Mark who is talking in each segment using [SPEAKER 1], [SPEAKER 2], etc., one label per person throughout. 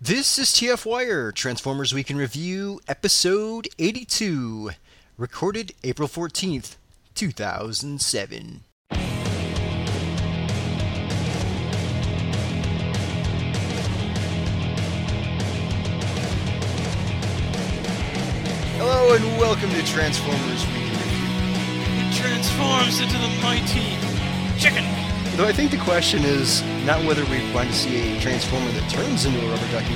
[SPEAKER 1] This is TF Wire, Transformers Week in Review, episode 82, recorded April 14th, 2007. Hello and welcome to Transformers Week in Review.
[SPEAKER 2] It transforms into the mighty chicken.
[SPEAKER 1] Though I think the question is not whether we want to see a Transformer that turns into a rubber ducky,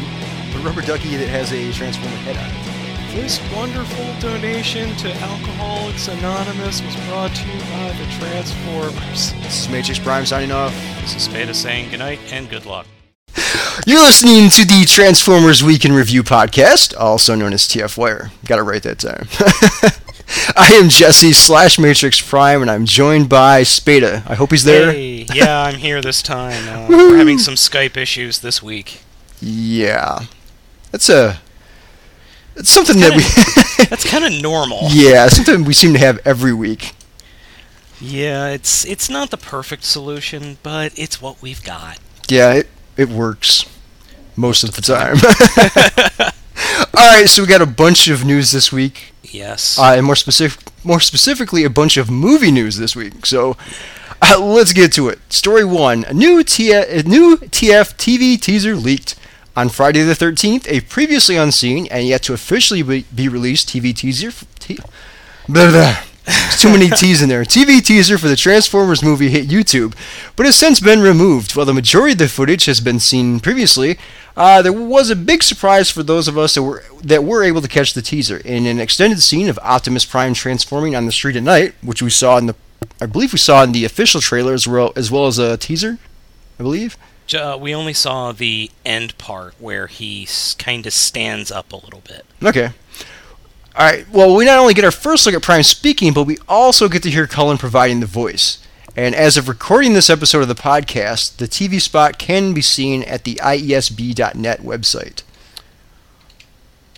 [SPEAKER 1] but a rubber ducky that has a Transformer head on it.
[SPEAKER 2] This wonderful donation to Alcoholics Anonymous was brought to you by the Transformers.
[SPEAKER 1] This is Matrix Prime signing off.
[SPEAKER 3] This is Spada saying goodnight and good luck.
[SPEAKER 1] You're listening to the Transformers Week in Review podcast, also known as TF Wire. Got it right that time. I am Jesse slash Matrix Prime, and I'm joined by Spada. I hope he's there.
[SPEAKER 3] Hey, yeah, I'm here this time. Uh, we're having some Skype issues this week.
[SPEAKER 1] Yeah, that's a that's something
[SPEAKER 3] Kinda-
[SPEAKER 1] that
[SPEAKER 3] That's kind of normal.
[SPEAKER 1] we yeah something we seem to have every week.
[SPEAKER 3] Yeah, it's it's not the perfect solution, but it's what we've got.
[SPEAKER 1] Yeah, it it works most of the time. All right, so we got a bunch of news this week.
[SPEAKER 3] Yes.
[SPEAKER 1] uh, and more specific, more specifically, a bunch of movie news this week. So uh, let's get to it. Story one: a new TF, a new TF TV teaser leaked on Friday the 13th. A previously unseen and yet to officially be, be released TV teaser. f- T- blah, blah. There's too many T's in there. TV teaser for the Transformers movie hit YouTube, but has since been removed. While the majority of the footage has been seen previously, uh, there was a big surprise for those of us that were that were able to catch the teaser. In an extended scene of Optimus Prime transforming on the street at night, which we saw in the, I believe we saw in the official trailer as well as well as a teaser, I believe.
[SPEAKER 3] J- Uh, we only saw the end part where he s- kind of stands up a little bit.
[SPEAKER 1] Okay. All right. Well, we not only get our first look at Prime speaking, but we also get to hear Cullen providing the voice. And as of recording this episode of the podcast, the TV spot can be seen at the E IESB.net website.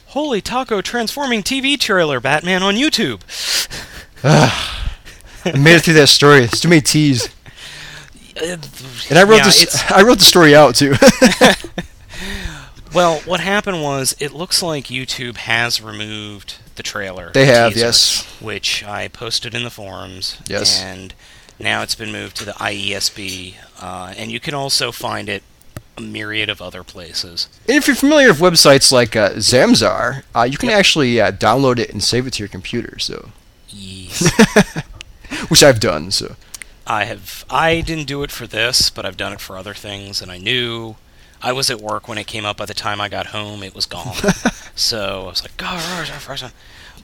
[SPEAKER 3] Holy taco! Transforming TV trailer, Batman on YouTube.
[SPEAKER 1] I made it through that story. It's too many T's.
[SPEAKER 3] Uh,
[SPEAKER 1] And I wrote
[SPEAKER 3] yeah, it's-
[SPEAKER 1] this. I wrote the story out too.
[SPEAKER 3] Well, what happened was it looks like YouTube has removed the trailer.
[SPEAKER 1] They
[SPEAKER 3] the
[SPEAKER 1] have, yes.
[SPEAKER 3] Which I posted in the forums.
[SPEAKER 1] Yes.
[SPEAKER 3] And now it's been moved to the IESB, uh, and you can also find it a myriad of other places.
[SPEAKER 1] And if you're familiar with websites like uh, Zamzar, uh, you can
[SPEAKER 3] Yep.
[SPEAKER 1] actually uh, download it and save it to your computer. So,
[SPEAKER 3] Yes.
[SPEAKER 1] which I've done. So,
[SPEAKER 3] I have. I didn't do it for this, but I've done it for other things, and I knew. I was at work when it came up. By the time I got home, it was gone. so I was like, "God, rah, rah, rah, rah."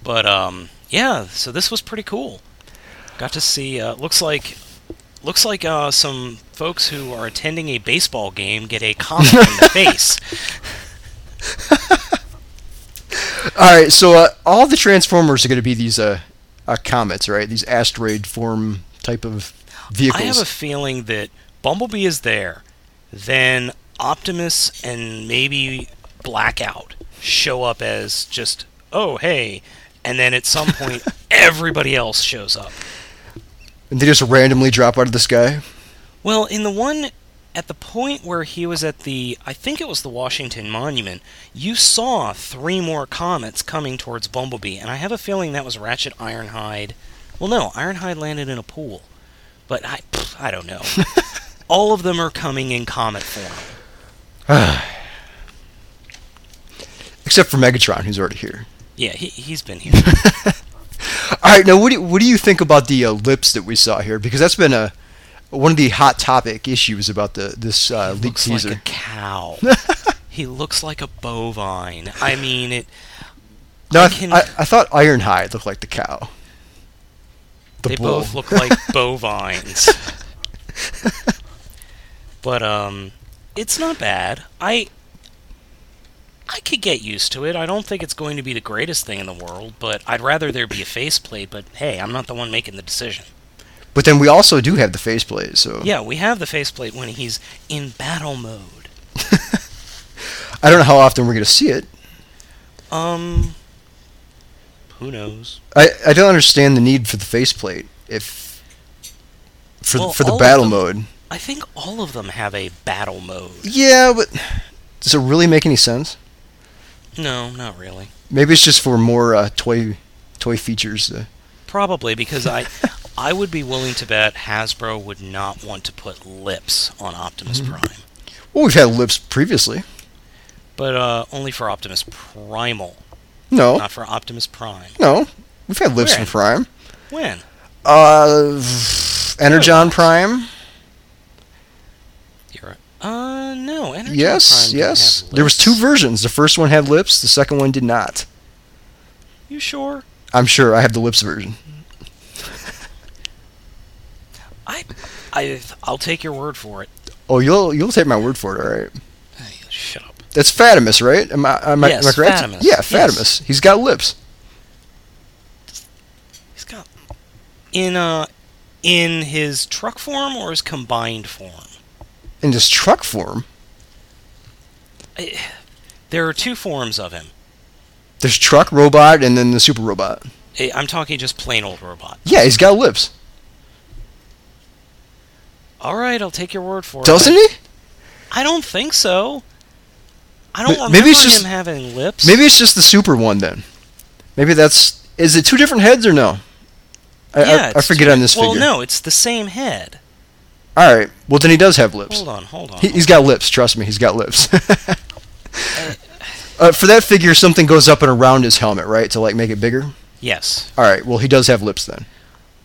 [SPEAKER 3] but um, yeah. So this was pretty cool. Got to see. Uh, looks like, looks like uh, some folks who are attending a baseball game get a comet in the face.
[SPEAKER 1] all right. So uh, all the Transformers are going to be these uh, uh, comets, right? These asteroid form type of vehicles.
[SPEAKER 3] I have a feeling that Bumblebee is there, then Optimus and maybe Blackout show up as just, oh, hey, and then at some point everybody else shows up.
[SPEAKER 1] And they just randomly drop out of the sky.
[SPEAKER 3] Well, in the one at the point where he was at the, I think it was the Washington Monument, you saw three more comets coming towards Bumblebee, and I have a feeling that was Ratchet Ironhide. Well, no, Ironhide landed in a pool, but I, pff, I don't know. All of them are coming in comet form.
[SPEAKER 1] Except for Megatron, who's already here.
[SPEAKER 3] Yeah, he, he's been here.
[SPEAKER 1] All right, now what do, what do you think about the uh, lips that we saw here? Because that's been a one of the hot topic issues about the this uh, leaked
[SPEAKER 3] looks
[SPEAKER 1] teaser.
[SPEAKER 3] like a cow. he looks like a bovine. I mean, it.
[SPEAKER 1] no, I,
[SPEAKER 3] I
[SPEAKER 1] th-
[SPEAKER 3] can-
[SPEAKER 1] I, I thought Ironhide looked like the cow. The
[SPEAKER 3] they
[SPEAKER 1] bull.
[SPEAKER 3] both look like bovines. but um it's not bad. I I could get used to it. I don't think it's going to be the greatest thing in the world, but I'd rather there be a faceplate, but hey, I'm not the one making the decision.
[SPEAKER 1] But then we also do have the faceplate, so
[SPEAKER 3] Yeah, we have the faceplate when he's in battle mode.
[SPEAKER 1] I don't know how often we're going to see it.
[SPEAKER 3] Um who knows?
[SPEAKER 1] I, I don't understand the need for the faceplate if for
[SPEAKER 3] Well,
[SPEAKER 1] for the
[SPEAKER 3] all of
[SPEAKER 1] battle
[SPEAKER 3] them-
[SPEAKER 1] mode.
[SPEAKER 3] I think all of them have a battle mode.
[SPEAKER 1] Yeah, but Does it really make any sense?
[SPEAKER 3] No, not really.
[SPEAKER 1] Maybe it's just for more uh, toy toy features. Uh,
[SPEAKER 3] Probably because I I would be willing to bet Hasbro would not want to put lips on Optimus
[SPEAKER 1] Mm-hmm.
[SPEAKER 3] Prime.
[SPEAKER 1] well, we've had lips previously.
[SPEAKER 3] But uh, only for Optimus Primal,
[SPEAKER 1] No,
[SPEAKER 3] not for Optimus Prime.
[SPEAKER 1] no, we've had lips
[SPEAKER 3] Where?
[SPEAKER 1] from Prime.
[SPEAKER 3] When?
[SPEAKER 1] Uh, v- Energon Prime.
[SPEAKER 3] You're uh no, Energon Prime
[SPEAKER 1] Yes,
[SPEAKER 3] didn't
[SPEAKER 1] yes.
[SPEAKER 3] have
[SPEAKER 1] There was
[SPEAKER 3] lips.
[SPEAKER 1] two versions. The first one had lips. The second one did not.
[SPEAKER 3] You sure?
[SPEAKER 1] I'm sure I have the lips version.
[SPEAKER 3] I I I'll take your word for it.
[SPEAKER 1] Oh, you'll you'll take my word for it. All right.
[SPEAKER 3] Hey, shut up.
[SPEAKER 1] That's Fatimus, right? Am I, am I, am I
[SPEAKER 3] Yes,
[SPEAKER 1] correct?
[SPEAKER 3] Fatimus.
[SPEAKER 1] Yeah,
[SPEAKER 3] Yes.
[SPEAKER 1] Fatimus. He's got lips.
[SPEAKER 3] He's got in uh in his truck form or his combined form.
[SPEAKER 1] In his truck form,
[SPEAKER 3] I, there are two forms of him.
[SPEAKER 1] there's truck robot and then the super robot.
[SPEAKER 3] I- Eh, I'm talking just plain old robot.
[SPEAKER 1] Yeah, he's got lips.
[SPEAKER 3] All right, I'll take your word for
[SPEAKER 1] Doesn't
[SPEAKER 3] it.
[SPEAKER 1] he?
[SPEAKER 3] I don't think so. I don't
[SPEAKER 1] Ma-
[SPEAKER 3] remember
[SPEAKER 1] maybe it's just-
[SPEAKER 3] him having lips.
[SPEAKER 1] Maybe it's just the super one then. Maybe that's. Is it two different heads or no? I, I-
[SPEAKER 3] yeah,
[SPEAKER 1] I,
[SPEAKER 3] it's
[SPEAKER 1] forget
[SPEAKER 3] two-
[SPEAKER 1] on this
[SPEAKER 3] Well,
[SPEAKER 1] figure.
[SPEAKER 3] no, it's the same head.
[SPEAKER 1] All right. Well, then he does have lips.
[SPEAKER 3] Hold on, hold on.
[SPEAKER 1] He, he's got lips. Trust me, he's got lips. uh, for that figure, something goes up and around his helmet, right, to like make it bigger.
[SPEAKER 3] yes,
[SPEAKER 1] All right. Well, he does have lips then.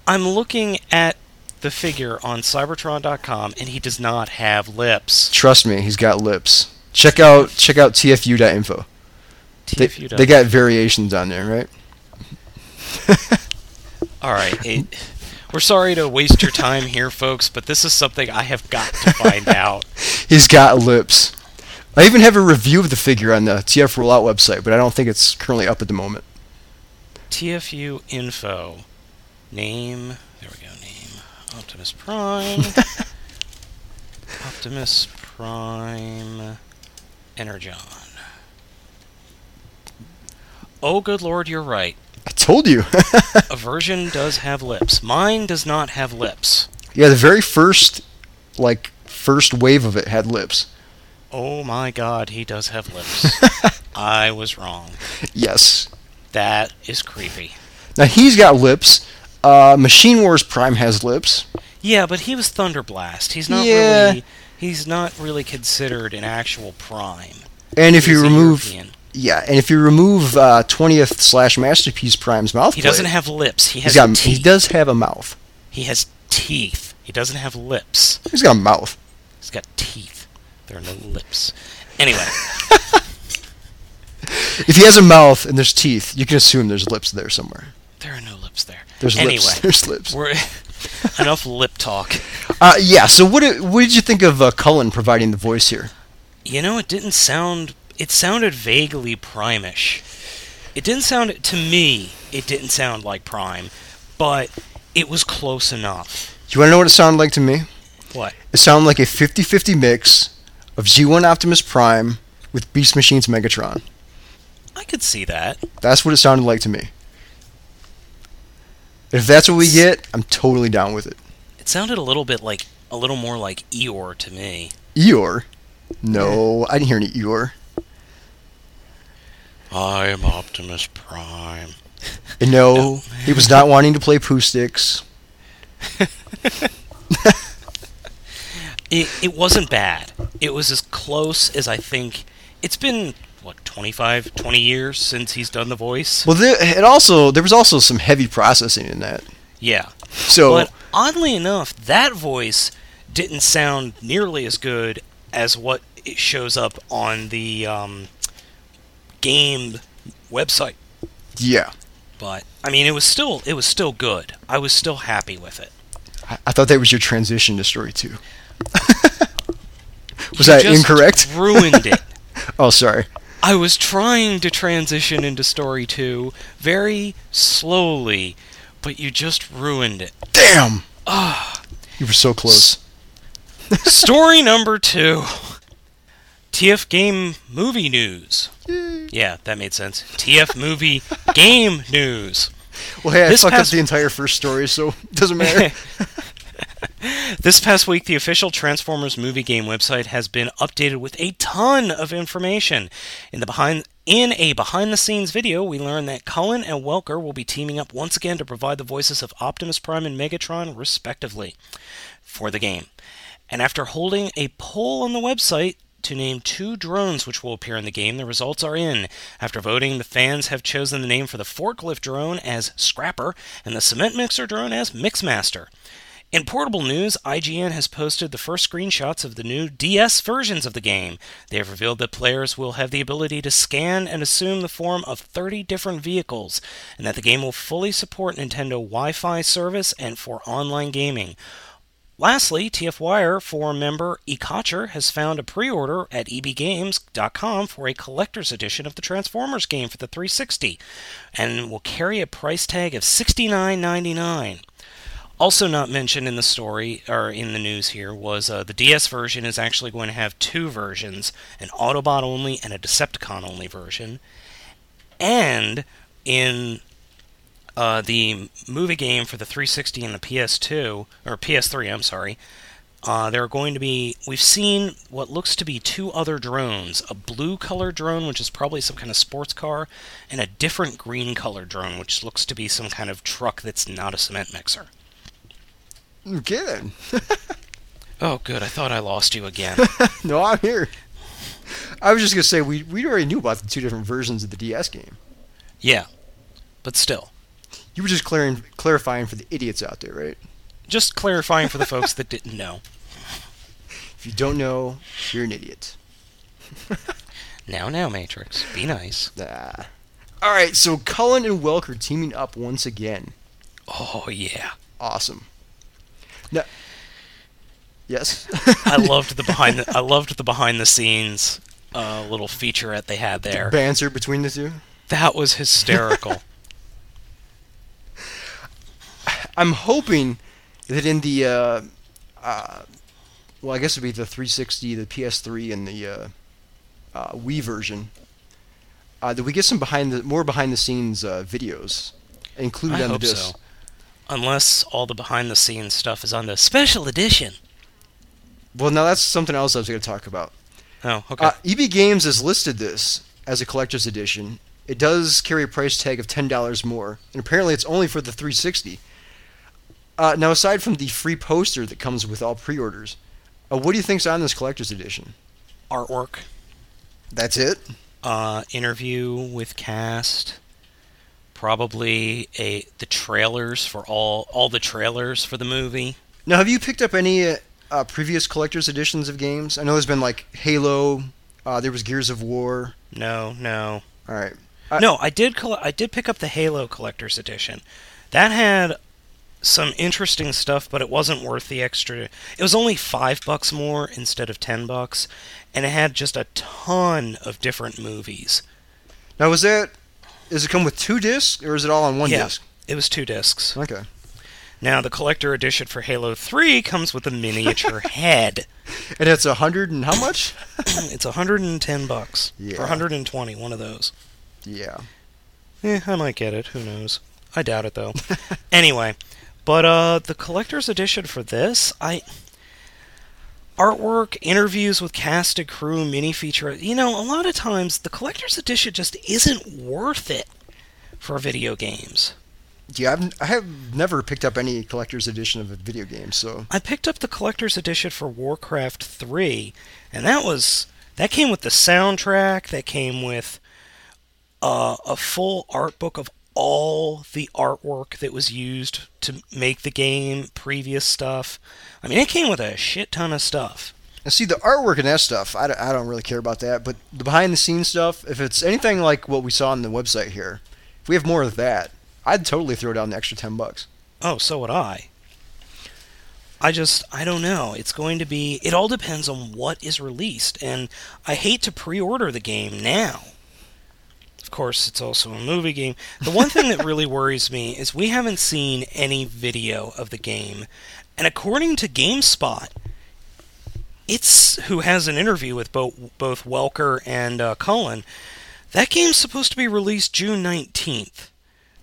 [SPEAKER 3] I'm looking at the figure on Cybertron.com, and he does not have lips.
[SPEAKER 1] Trust me, he's got lips. Check out check out tfu.info. They,
[SPEAKER 3] TFU
[SPEAKER 1] they got variations on there, right?
[SPEAKER 3] All right. It, we're sorry to waste your time here, folks, but this is something I have got to find out.
[SPEAKER 1] He's got lips. I even have a review of the figure on the TF Rollout website, but I don't think it's currently up at the moment.
[SPEAKER 3] TFU info. Name. There we go. Name. Optimus Prime. Optimus Prime. Energon. Oh, good lord, you're right.
[SPEAKER 1] I told you.
[SPEAKER 3] A version does have lips. Mine does not have lips.
[SPEAKER 1] yeah, the very first, like, first wave of it had lips.
[SPEAKER 3] Oh my god, he does have lips. I was wrong.
[SPEAKER 1] Yes.
[SPEAKER 3] That is creepy.
[SPEAKER 1] Now he's got lips. Uh, Machine Wars Prime has lips.
[SPEAKER 3] Yeah, but he was Thunderblast. He's not
[SPEAKER 1] Yeah.
[SPEAKER 3] really he's not really considered an actual prime.
[SPEAKER 1] And if
[SPEAKER 3] He's
[SPEAKER 1] you
[SPEAKER 3] a
[SPEAKER 1] remove,
[SPEAKER 3] European.
[SPEAKER 1] yeah, and if you remove uh, 20th slash Masterpiece Prime's mouth,
[SPEAKER 3] he doesn't have lips. He has
[SPEAKER 1] He's got.
[SPEAKER 3] teeth.
[SPEAKER 1] He does have a mouth.
[SPEAKER 3] He has teeth. He doesn't have lips.
[SPEAKER 1] He's got a mouth.
[SPEAKER 3] He's got teeth. There are no lips. Anyway,
[SPEAKER 1] If he has a mouth and there's teeth, you can assume there's lips there somewhere.
[SPEAKER 3] there are no lips there.
[SPEAKER 1] There's
[SPEAKER 3] anyway,
[SPEAKER 1] lips. There's lips.
[SPEAKER 3] we're enough lip talk.
[SPEAKER 1] Uh, yeah. So what? Did, what did you think of uh, Cullen providing the voice here?
[SPEAKER 3] You know, it didn't sound. It sounded vaguely primish. It didn't sound to me. It didn't sound like Prime, but it was close enough.
[SPEAKER 1] You want to know what it sounded like to me?
[SPEAKER 3] What?
[SPEAKER 1] It sounded like a 50-50 mix of G1 Optimus Prime with Beast Machine's Megatron.
[SPEAKER 3] I could see that.
[SPEAKER 1] That's what it sounded like to me. If that's what we get, I'm totally down with it.
[SPEAKER 3] It sounded a little bit like a little more like Eeyore to me.
[SPEAKER 1] Eeyore? No, I didn't hear any Eeyore.
[SPEAKER 3] I am Optimus Prime.
[SPEAKER 1] And no, he was not wanting to play poo sticks.
[SPEAKER 3] It it wasn't bad. It was as close as I think. It's been what 25, 20 years since he's done the voice.
[SPEAKER 1] Well, there, it also there was also some heavy processing in that.
[SPEAKER 3] Yeah.
[SPEAKER 1] So
[SPEAKER 3] But oddly enough, that voice didn't sound nearly as good as what it shows up on the um, game website.
[SPEAKER 1] yeah,
[SPEAKER 3] But I mean, it was still it was still good. I was still happy with it.
[SPEAKER 1] I, I thought that was your transition to story two. was
[SPEAKER 3] You
[SPEAKER 1] that
[SPEAKER 3] just
[SPEAKER 1] incorrect?
[SPEAKER 3] Ruined it.
[SPEAKER 1] Oh, sorry.
[SPEAKER 3] I was trying to transition into story two very slowly, but you just ruined it.
[SPEAKER 1] Damn.
[SPEAKER 3] Ah.
[SPEAKER 1] You were so close.
[SPEAKER 3] Story number two TF Game Movie News. Yeah, that made sense. TF Movie Game News.
[SPEAKER 1] Well, hey, I
[SPEAKER 3] This
[SPEAKER 1] fucked up
[SPEAKER 3] past-
[SPEAKER 1] the entire first story, so it doesn't matter.
[SPEAKER 3] This past week, the official Transformers movie game website has been updated with a ton of information. In the behind in a behind the scenes video, we learned that Cullen and Welker will be teaming up once again to provide the voices of Optimus Prime and Megatron respectively for the game. And after holding a poll on the website to name two drones which will appear in the game, the results are in. After voting, the fans have chosen the name for the forklift drone as Scrapper and the cement mixer drone as Mixmaster. In portable news, IGN has posted the first screenshots of the new DS versions of the game. They have revealed that players will have the ability to scan and assume the form of 30 different vehicles, and that the game will fully support Nintendo Wi Fi service and for online gaming. Lastly, TF Wire forum member Ecocher has found a pre order at E ebgames.com for a collector's edition of the Transformers game for the 360 and will carry a price tag of $69.99. Also, not mentioned in the story or in the news here was uh, the DS version is actually going to have two versions an Autobot only and a Decepticon only version. And in uh, the movie game for the 360 and the PS2 or PS3, I'm sorry. Uh, there are going to be we've seen what looks to be two other drones: a blue color drone, which is probably some kind of sports car, and a different green color drone, which looks to be some kind of truck that's not a cement mixer.
[SPEAKER 1] Okay then.
[SPEAKER 3] Oh, good. I thought I lost you again.
[SPEAKER 1] no, I'm here. I was just gonna say we we already knew about the two different versions of the DS game.
[SPEAKER 3] yeah, but still,
[SPEAKER 1] You were just clearing, clarifying for the idiots out there, right?
[SPEAKER 3] just clarifying for the folks that didn't know.
[SPEAKER 1] If you don't know, you're an idiot.
[SPEAKER 3] Now, now, Matrix, be nice.
[SPEAKER 1] Ah. All right, so Cullen and Welker teaming up once again.
[SPEAKER 3] Oh yeah,
[SPEAKER 1] Awesome. Now, yes.
[SPEAKER 3] I loved the behind. The, I loved the behind the scenes uh, little featurette they had there.
[SPEAKER 1] banter between the two.
[SPEAKER 3] That was hysterical.
[SPEAKER 1] I'm hoping that in the, uh, uh, well, I guess it'd be the 360, the PS3, and the uh, uh, Wii version. Uh, that we get some behind the more behind the scenes uh, videos included
[SPEAKER 3] I
[SPEAKER 1] on
[SPEAKER 3] hope
[SPEAKER 1] the disc.
[SPEAKER 3] so. Unless all the behind the scenes stuff is on the special edition.
[SPEAKER 1] Well, now that's something else I was going to talk about.
[SPEAKER 3] Oh, okay.
[SPEAKER 1] Uh, EB Games has listed this as a collector's edition. It does carry a price tag of ten dollars more, and apparently it's only for the 360. Uh, now, aside from the free poster that comes with all pre-orders, uh, what do you think's on this collector's edition?
[SPEAKER 3] Artwork,
[SPEAKER 1] That's it.
[SPEAKER 3] uh, interview with cast, probably a the trailers for all all the trailers for the movie.
[SPEAKER 1] Now, have you picked up any uh, uh, previous collector's editions of games? I know there's been like Halo. Uh, there was Gears of War.
[SPEAKER 3] No, no,
[SPEAKER 1] All right. I-
[SPEAKER 3] no. I did coll- I did pick up the Halo Collector's Edition. That had some interesting stuff, but it wasn't worth the extra. It was only five bucks more instead of ten bucks, and it had just a ton of different movies.
[SPEAKER 1] Now, was that? Does it come with two discs, or is it all on one
[SPEAKER 3] Yeah.
[SPEAKER 1] disc?
[SPEAKER 3] It was two discs.
[SPEAKER 1] Okay.
[SPEAKER 3] Now the collector edition for Halo 3 comes with a miniature head.
[SPEAKER 1] And it's a hundred and how much?
[SPEAKER 3] It's 110 bucks
[SPEAKER 1] Yeah.
[SPEAKER 3] or 120, one of those.
[SPEAKER 1] yeah.
[SPEAKER 3] Eh, I might get it. Who knows? I doubt it though. anyway, but uh, the collector's edition for this, I artwork, interviews with cast and crew, mini feature. You know, a lot of times the collector's edition just isn't worth it for video games.
[SPEAKER 1] Yeah, I've, I have never picked up any collector's edition of a video game, so
[SPEAKER 3] I picked up the collector's edition for Warcraft 3, and that was that came with the soundtrack, that came with uh, a full art book of all the artwork that was used to make the game, previous stuff. I mean, it came with a shit ton of stuff.
[SPEAKER 1] and see the artwork and that stuff. I don't, I don't really care about that, but the behind the scenes stuff. If it's anything like what we saw on the website here, if we have more of that, I'd totally throw down the extra ten bucks.
[SPEAKER 3] Oh, so would I. I just, I don't know. It's going to be, it all depends on what is released, and I hate to pre order the game now. Of course, it's also a movie game. The one thing that really worries me is we haven't seen any video of the game, and according to GameSpot, it's who has an interview with both, both Welker and uh, Cullen. That game's supposed to be released June 19th.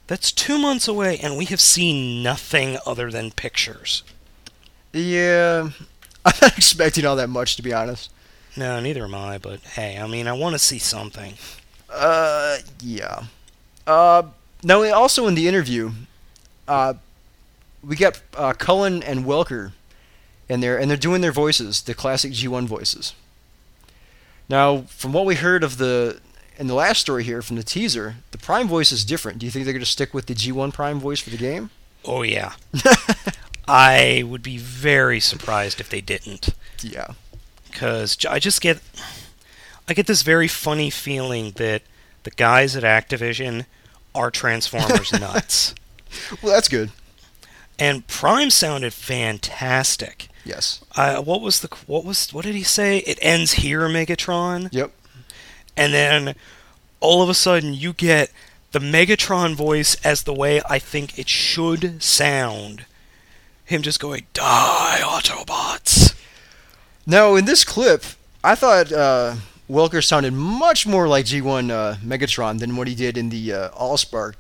[SPEAKER 3] That's two months away, and we have seen nothing other than pictures.
[SPEAKER 1] Yeah, I'm not expecting all that much to be honest.
[SPEAKER 3] No, neither am I. But hey, I mean, I want to see something.
[SPEAKER 1] Uh, yeah. Uh, now also in the interview, uh, we got uh, Cullen and Welker in there, and they're doing their voices, the classic G1 voices. Now, from what we heard of the in the last story here from the teaser, the Prime voice is different. Do you think they're going to stick with the G1 Prime voice for the game?
[SPEAKER 3] Oh yeah. I would be very surprised if they didn't,
[SPEAKER 1] Yeah.
[SPEAKER 3] because I just get, I get this very funny feeling that the guys at Activision are Transformers nuts.
[SPEAKER 1] Well, that's good.
[SPEAKER 3] And Prime sounded fantastic.
[SPEAKER 1] Yes.
[SPEAKER 3] Uh, what was the what was what did he say? It ends here, Megatron.
[SPEAKER 1] Yep.
[SPEAKER 3] and then all of a sudden you get the Megatron voice as the way I think it should sound. Him just going, "Die, Autobots!"
[SPEAKER 1] Now, in this clip, I thought uh, Welker sounded much more like G1 uh, Megatron than what he did in the uh, Allspark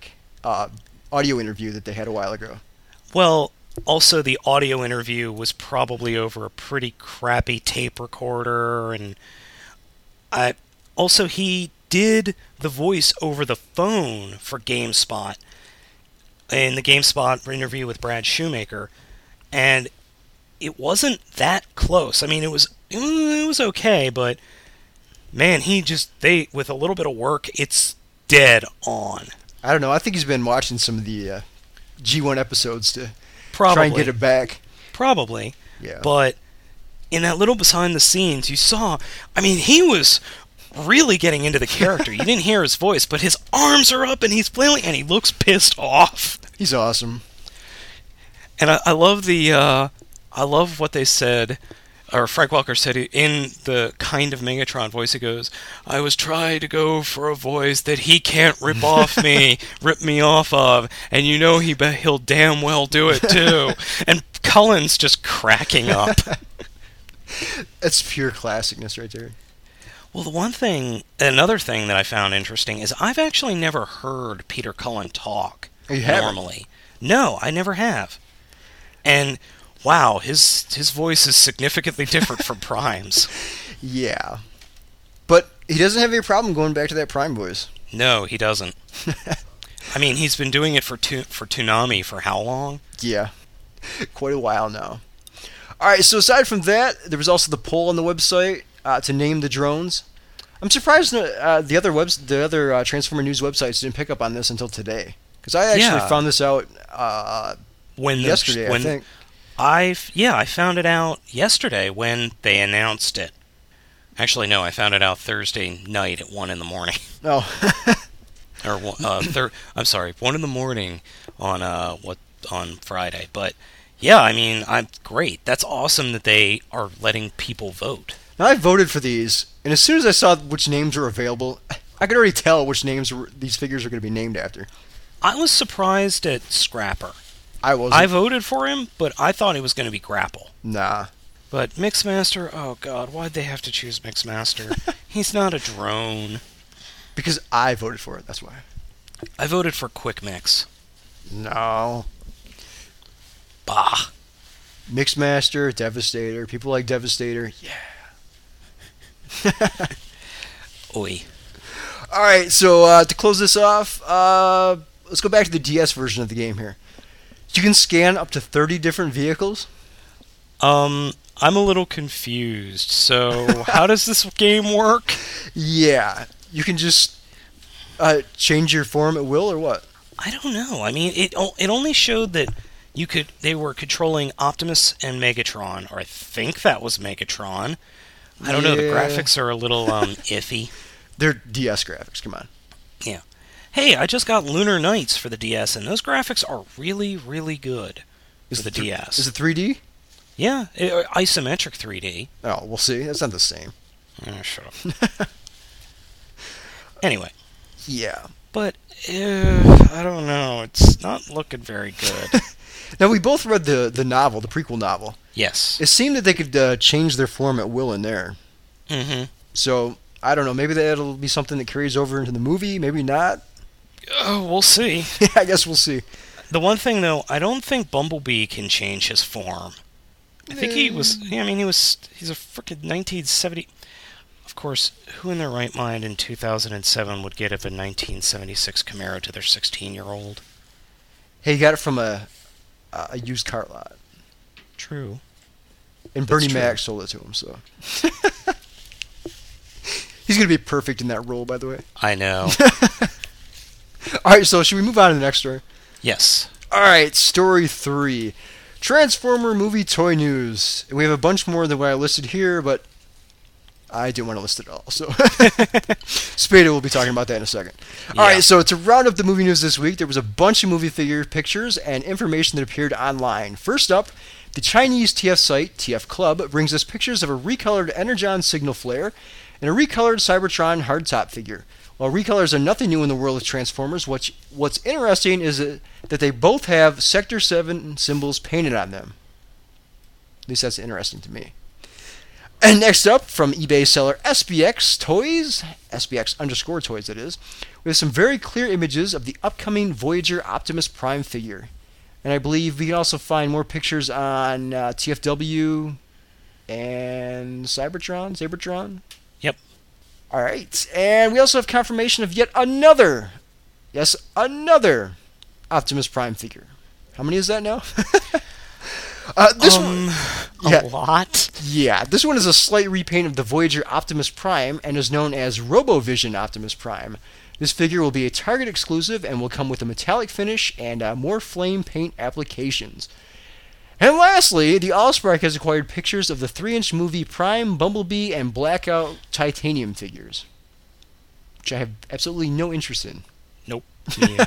[SPEAKER 1] uh, audio interview that they had a while ago.
[SPEAKER 3] Well, also the audio interview was probably over a pretty crappy tape recorder, and I also he did the voice over the phone for GameSpot in the GameSpot interview with Brad Shoemaker, and it wasn't that close. I mean, it was mm, it was okay, but man, he just they with a little bit of work, it's dead on.
[SPEAKER 1] I don't know. I think he's been watching some of the uh, G1 episodes to
[SPEAKER 3] Probably
[SPEAKER 1] try and get it back.
[SPEAKER 3] probably.
[SPEAKER 1] Yeah.
[SPEAKER 3] But in that little behind the scenes, you saw, I mean, he was really getting into the character. you didn't hear his voice, but his arms are up and he's flailing and he looks pissed off.
[SPEAKER 1] he's awesome.
[SPEAKER 3] And I, I love the, uh, I love what they said. Or Frank Welker said he- in the kind of Megatron voice, he goes, "I was trying to go for a voice that he can't rip off me, rip me off of, and you know he be- he'll damn well do it too." and Cullen's just cracking up.
[SPEAKER 1] That's pure classicness right there.
[SPEAKER 3] Well, the one thing, another thing that I found interesting is I've actually never heard Peter Cullen talk
[SPEAKER 1] Oh, you haven't?
[SPEAKER 3] normally. No, I never have. And wow, his his voice is significantly different from Prime's.
[SPEAKER 1] Yeah. But he doesn't have any problem going back to that Prime voice.
[SPEAKER 3] No, he doesn't. I mean, he's been doing it for tu- for Toonami for how long?
[SPEAKER 1] Yeah. Quite a while now. All right, so aside from that, there was also the poll on the website uh, to name the drones. I'm surprised that, uh, the other webs- the other uh, Transformer News websites didn't pick up on this until today. Because I actually
[SPEAKER 3] Yeah.
[SPEAKER 1] found this out uh,
[SPEAKER 3] When the-
[SPEAKER 1] yesterday,
[SPEAKER 3] when
[SPEAKER 1] I think.
[SPEAKER 3] I've yeah, I found it out yesterday when they announced it. Actually, no, I found it out Thursday night at one in the morning.
[SPEAKER 1] Oh,
[SPEAKER 3] or one- uh, thir- I'm sorry, one in the morning on uh, what on Friday. But yeah, I mean, I'm great. That's awesome that they are letting people vote.
[SPEAKER 1] Now I voted for these, and as soon as I saw which names were available, I could already tell which names were, these figures are going to be named after.
[SPEAKER 3] I was surprised at Scrapper.
[SPEAKER 1] I was
[SPEAKER 3] I voted for him, but I thought he was going to be Grapple.
[SPEAKER 1] nah.
[SPEAKER 3] But Mixmaster, oh god, why'd they have to choose Mixmaster? He's not a drone.
[SPEAKER 1] Because I voted for it, that's why.
[SPEAKER 3] I voted for Quick Mix.
[SPEAKER 1] No.
[SPEAKER 3] Bah.
[SPEAKER 1] Mixmaster, Devastator, people like Devastator. Yeah.
[SPEAKER 3] Oi.
[SPEAKER 1] All right, so uh, to close this off, uh, let's go back to the DS version of the game here. You can scan up to 30 different vehicles.
[SPEAKER 3] Um, I'm a little confused. So, how does this game work?
[SPEAKER 1] Yeah. You can just uh, change your form at will or what?
[SPEAKER 3] I don't know. I mean, it o- it only showed that you could they were controlling Optimus and Megatron, or I think that was Megatron. I don't know. The
[SPEAKER 1] Yeah.
[SPEAKER 3] graphics are a little um, iffy.
[SPEAKER 1] They're DS graphics, come on.
[SPEAKER 3] Hey, I just got Lunar Knights for the DS, and those graphics are really, really good. Is the
[SPEAKER 1] it thr-
[SPEAKER 3] DS?
[SPEAKER 1] Is it 3D?
[SPEAKER 3] yeah, i- or isometric 3D.
[SPEAKER 1] Oh, we'll see. That's not the same.
[SPEAKER 3] Oh, shut up. anyway,
[SPEAKER 1] Yeah.
[SPEAKER 3] but uh, I don't know. It's not looking very good.
[SPEAKER 1] Now we both read the the novel, the prequel novel.
[SPEAKER 3] yes.
[SPEAKER 1] It seemed that they could uh, change their form at will in there.
[SPEAKER 3] Mm-hmm.
[SPEAKER 1] So I don't know. Maybe that'll be something that carries over into the movie. Maybe not.
[SPEAKER 3] Oh, we'll see.
[SPEAKER 1] I guess we'll see.
[SPEAKER 3] The one thing though, I don't think Bumblebee can change his form. I think he was. Yeah, I mean, he was. He's a freaking 1970. Of course, who in their right mind in 2007 would get up a 1976 Camaro to their 16-year-old?
[SPEAKER 1] Hey, he got it from a a used car lot,
[SPEAKER 3] True.
[SPEAKER 1] and
[SPEAKER 3] That's
[SPEAKER 1] Bernie
[SPEAKER 3] true.
[SPEAKER 1] Mac sold it to him. So he's gonna be perfect in that role, by the way.
[SPEAKER 3] I know.
[SPEAKER 1] All right, so should we move on to the next story?
[SPEAKER 3] yes.
[SPEAKER 1] All right, story three Transformer movie toy news. And we have a bunch more than what I listed here, but I didn't want to list it all. So Spada will be talking about that in a second. All right,
[SPEAKER 3] Yeah.
[SPEAKER 1] so to round up the movie news this week, there was a bunch of movie figure pictures and information that appeared online. First up, the Chinese TF site, TF Club, brings us pictures of a recolored Energon signal flare and a recolored Cybertron hardtop figure. While recolors are nothing new in the world of Transformers, what's, what's interesting is that that they both have Sector 7 symbols painted on them. At least that's interesting to me. And next up, from eBay seller SBX Toys, SBX underscore toys it is, we have some very clear images of the upcoming Voyager Optimus Prime figure. And I believe we can also find more pictures on uh, TFW and Cybertron, Cybertron.
[SPEAKER 3] Yep.
[SPEAKER 1] All right. And we also have confirmation of yet another, yes, another Optimus Prime figure. How many is that now? uh, this one.
[SPEAKER 3] um,
[SPEAKER 1] yeah.
[SPEAKER 3] a lot.
[SPEAKER 1] Yeah, this one is a slight repaint of the Voyager Optimus Prime and is known as RoboVision Optimus Prime. This figure will be a Target exclusive and will come with a metallic finish and uh, more flame paint applications. And lastly, the Allspark has acquired pictures of the 3 inch movie Prime, Bumblebee, and Blackout Titanium figures, which I have absolutely no interest in.
[SPEAKER 3] Nope. Yeah.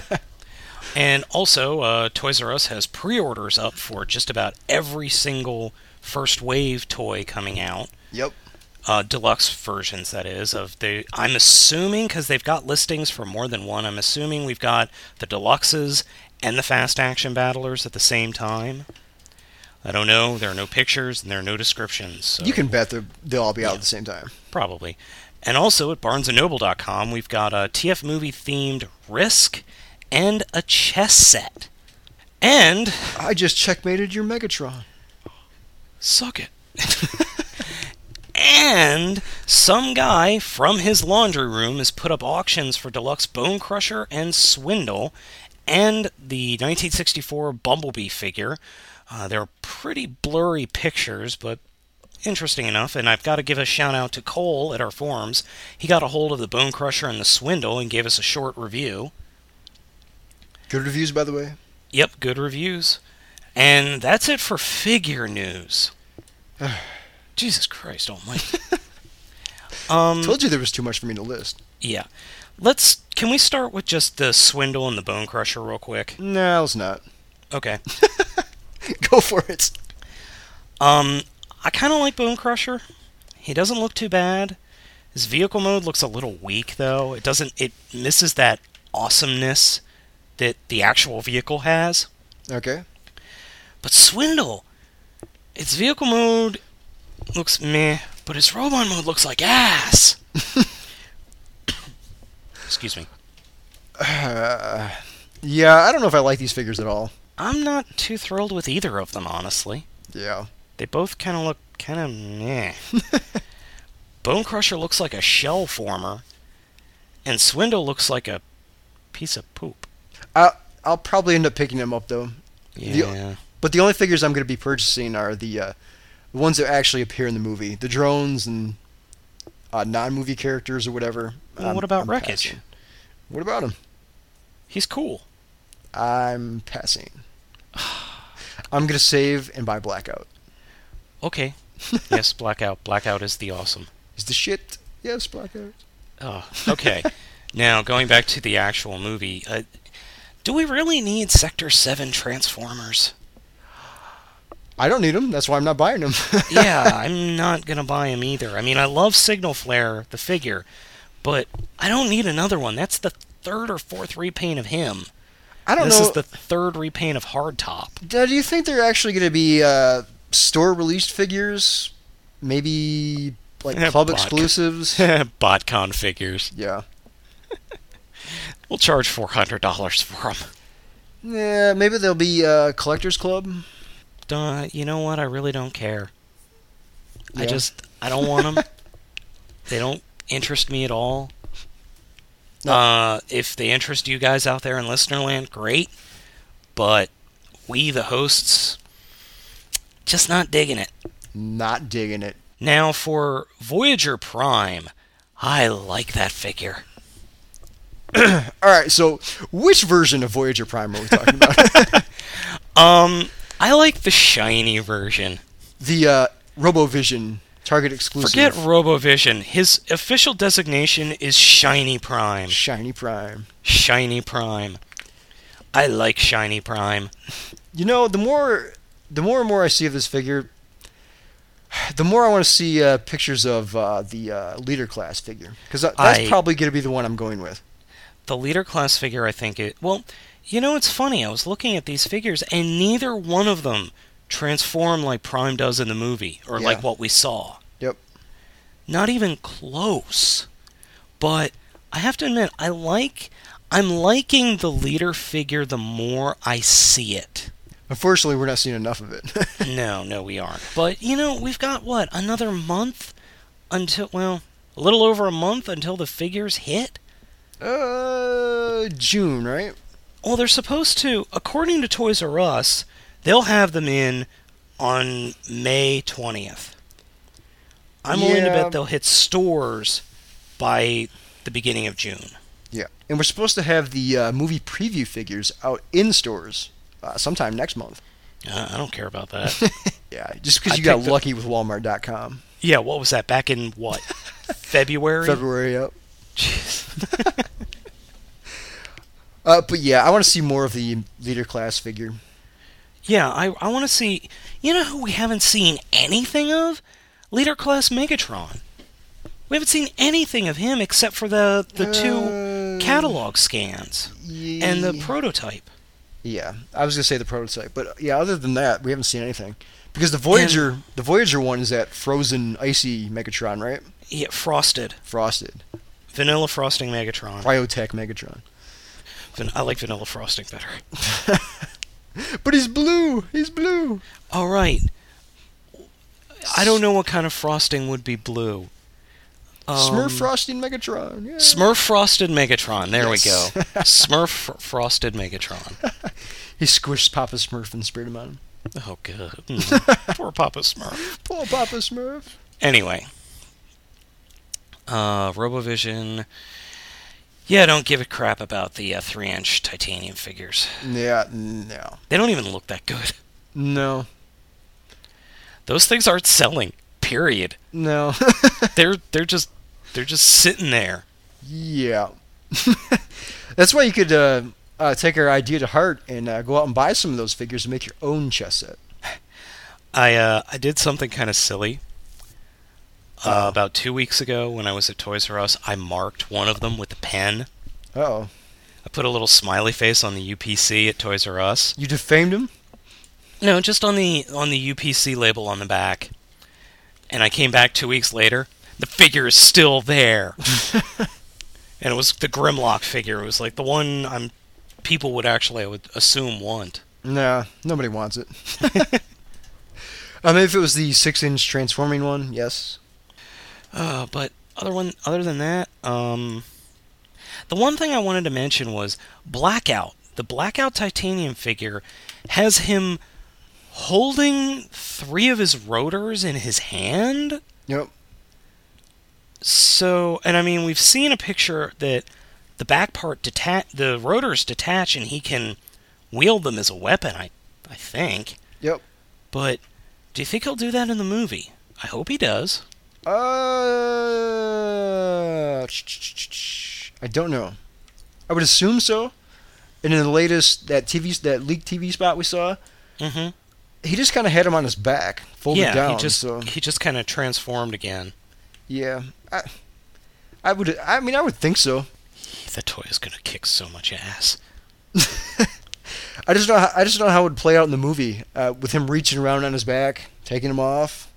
[SPEAKER 3] and also, uh, Toys R Us has pre-orders up for just about every single first wave toy coming out.
[SPEAKER 1] Yep.
[SPEAKER 3] Uh, deluxe versions, that is, of the. I'm assuming because they've got listings for more than one. I'm assuming we've got the deluxes and the fast action battlers at the same time. I don't know. There are no pictures and there are no descriptions. So
[SPEAKER 1] You can bet they're- they'll all be out at the same time.
[SPEAKER 3] probably. And also at BarnesandNoble.com, we've got a TF movie themed Risk and a chess set. And
[SPEAKER 1] I just checkmated your Megatron.
[SPEAKER 3] suck it. and some guy from his laundry room has put up auctions for deluxe Bone Crusher and Swindle and the 1964 Bumblebee figure. Uh, they're pretty blurry pictures, but interesting enough. And I've got to give a shout out to Cole at our forums. He got a hold of the Bone Crusher and the Swindle and gave us a short review.
[SPEAKER 1] Good reviews, by the way.
[SPEAKER 3] Yep, good reviews. And that's it for figure news. Jesus Christ almighty. um
[SPEAKER 1] Told you there was too much for me to list.
[SPEAKER 3] yeah. Let's can we start with just the swindle and the bone crusher real quick?
[SPEAKER 1] No, it's not.
[SPEAKER 3] Okay.
[SPEAKER 1] Go for it.
[SPEAKER 3] Um I kind of like Bone Crusher. He doesn't look too bad. His vehicle mode looks a little weak though. It doesn't it misses that awesomeness that the actual vehicle has.
[SPEAKER 1] Okay.
[SPEAKER 3] But Swindle, its vehicle mode looks meh, but its robot mode looks like ass. Excuse me.
[SPEAKER 1] Uh, yeah, I don't know if I like these figures at all.
[SPEAKER 3] I'm not too thrilled with either of them, honestly.
[SPEAKER 1] Yeah.
[SPEAKER 3] They both kind of look kind of meh. Bone Crusher looks like a shell former, and Swindle looks like a piece of poop.
[SPEAKER 1] I'll, I'll probably end up picking them up though. The-
[SPEAKER 3] Yeah.
[SPEAKER 1] But the only figures I'm going to be purchasing are the, uh, the ones that actually appear in the movie, the drones and uh, non-movie characters or whatever.
[SPEAKER 3] Well, what about Wreckage?
[SPEAKER 1] passing. What about him?
[SPEAKER 3] He's cool.
[SPEAKER 1] I'm passing. I'm gonna save and buy Blackout.
[SPEAKER 3] Okay. yes, Blackout. Blackout is the awesome.
[SPEAKER 1] Is the shit? Yes, Blackout.
[SPEAKER 3] Oh, okay. now going back to the actual movie, uh, do we really need Sector Seven Transformers?
[SPEAKER 1] I don't need them. That's why I'm not buying them.
[SPEAKER 3] yeah, I'm not gonna buy them either. I mean, I love Signal Flare, the figure, but I don't need another one. That's the third or fourth repaint of him.
[SPEAKER 1] I don't
[SPEAKER 3] this
[SPEAKER 1] know.
[SPEAKER 3] is the third repaint of Hardtop.
[SPEAKER 1] Now, do you think they're actually going to be uh, store released figures? Maybe like
[SPEAKER 3] Yeah,
[SPEAKER 1] club
[SPEAKER 3] block.
[SPEAKER 1] exclusives?
[SPEAKER 3] Botcon figures.
[SPEAKER 1] yeah.
[SPEAKER 3] We'll charge four hundred dollars for them.
[SPEAKER 1] Yeah, maybe they'll be uh, collectors club.
[SPEAKER 3] don't, you know what? I really don't care. I
[SPEAKER 1] Yeah.
[SPEAKER 3] just, I don't want them. they don't interest me at all.
[SPEAKER 1] No.
[SPEAKER 3] Uh, if they interest you guys out there in listenerland, great. But we, the hosts, just not digging it.
[SPEAKER 1] Not digging it.
[SPEAKER 3] Now for Voyager Prime, I like that figure.
[SPEAKER 1] All right, so which version of Voyager Prime are we talking about?
[SPEAKER 3] Um, I like the shiny version.
[SPEAKER 1] the uh, RoboVision Target exclusive.
[SPEAKER 3] Forget RoboVision. His official designation is Shiny Prime.
[SPEAKER 1] Shiny Prime.
[SPEAKER 3] Shiny Prime. I like Shiny Prime.
[SPEAKER 1] You know, the more the more and more I see of this figure, the more I want to see uh, pictures of uh, the uh, leader class figure because that's
[SPEAKER 3] I-
[SPEAKER 1] probably going to be the one I'm going with.
[SPEAKER 3] The leader class figure, I think it. Well, you know, it's funny. I was looking at these figures, and neither one of them transform like Prime does in the movie, or
[SPEAKER 1] Yeah.
[SPEAKER 3] like what we saw.
[SPEAKER 1] Yep.
[SPEAKER 3] Not even close. But I have to admit, I like. I'm liking the leader figure the more I see it.
[SPEAKER 1] Unfortunately, we're not seeing enough of it.
[SPEAKER 3] no, no, we aren't. But you know, we've got what another month until well, a little over a month until the figures hit.
[SPEAKER 1] uh, June, right?
[SPEAKER 3] Well, they're supposed to, according to Toys R Us, they'll have them in on May twentieth. I'm willing to
[SPEAKER 1] Yeah.
[SPEAKER 3] bet they'll hit stores by the beginning of June.
[SPEAKER 1] Yeah. And we're supposed to have the uh, movie preview figures out in stores uh, sometime next month.
[SPEAKER 3] Uh, I don't care about that.
[SPEAKER 1] Yeah, just
[SPEAKER 3] I
[SPEAKER 1] because you got
[SPEAKER 3] picked the-
[SPEAKER 1] lucky with Walmart.com.
[SPEAKER 3] yeah, what was that back in what February?
[SPEAKER 1] February, yep.
[SPEAKER 3] Jeez.
[SPEAKER 1] Uh, but yeah, I want to see more of the leader class figure.
[SPEAKER 3] Yeah, I, I want to see. You know who we haven't seen anything of? Leader Class Megatron. We haven't seen anything of him except for the, the
[SPEAKER 1] Uh,
[SPEAKER 3] two catalog scans and the prototype.
[SPEAKER 1] yeah, I was gonna say the prototype, but yeah, other than that, we haven't seen anything because the Voyager, the Voyager one is that frozen, icy Megatron, right?
[SPEAKER 3] Yeah, frosted.
[SPEAKER 1] Frosted,
[SPEAKER 3] Vanilla frosting Megatron.
[SPEAKER 1] cryotech Megatron.
[SPEAKER 3] Van- I like vanilla frosting better.
[SPEAKER 1] But he's blue. He's blue.
[SPEAKER 3] All right. I don't know what kind of frosting would be blue. Um,
[SPEAKER 1] Smurf frosting Megatron. Yeah.
[SPEAKER 3] Smurf frosted Megatron. There
[SPEAKER 1] Yes.
[SPEAKER 3] we go. Smurf fr- frosted Megatron.
[SPEAKER 1] he squished Papa Smurf and sprayed him on him.
[SPEAKER 3] Oh, good. Mm. Poor Papa Smurf.
[SPEAKER 1] Poor Papa Smurf.
[SPEAKER 3] Anyway, uh, RoboVision. Yeah, don't give a crap about the uh, three-inch titanium figures.
[SPEAKER 1] Yeah, no,
[SPEAKER 3] They don't even look that good.
[SPEAKER 1] no,
[SPEAKER 3] Those things aren't selling. Period.
[SPEAKER 1] no.
[SPEAKER 3] They're they're just they're just sitting there.
[SPEAKER 1] Yeah. That's why you could uh, uh, take our idea to heart and uh, go out and buy some of those figures and make your own chess set.
[SPEAKER 3] I uh, I did something kind of silly. Uh, about two weeks ago, when I was at Toys R Us, I marked one of them with a pen.
[SPEAKER 1] Oh,
[SPEAKER 3] I put a little smiley face on the UPC at Toys R Us.
[SPEAKER 1] you defamed him?
[SPEAKER 3] No, just on the on the UPC label on the back. And I came back two weeks later. The figure is still there. and it was the Grimlock figure. It was like the one I'm people would actually I would assume want.
[SPEAKER 1] Nah, nobody wants it. I mean, if it was the six-inch transforming one, yes.
[SPEAKER 3] Uh, but other one other than that, um, the one thing I wanted to mention was Blackout. The Blackout titanium figure has him holding three of his rotors in his hand.
[SPEAKER 1] Yep.
[SPEAKER 3] So, and I mean, we've seen a picture that the back part detach, the rotors detach, and he can wield them as a weapon. I, I think.
[SPEAKER 1] Yep.
[SPEAKER 3] But do you think he'll do that in the movie? I hope he does.
[SPEAKER 1] Uh, I don't know. I would assume so. And in the latest that TV that leaked TV spot we saw,
[SPEAKER 3] Mm-hmm.
[SPEAKER 1] he just kind of had him on his back, folded
[SPEAKER 3] yeah,
[SPEAKER 1] down.
[SPEAKER 3] he just
[SPEAKER 1] so.
[SPEAKER 3] he just kind of transformed again.
[SPEAKER 1] Yeah, I, I would. I mean, I would think so.
[SPEAKER 3] The toy is gonna kick so much ass.
[SPEAKER 1] I just know. How, I just know how it would play out in the movie uh, with him reaching around on his back, taking him off,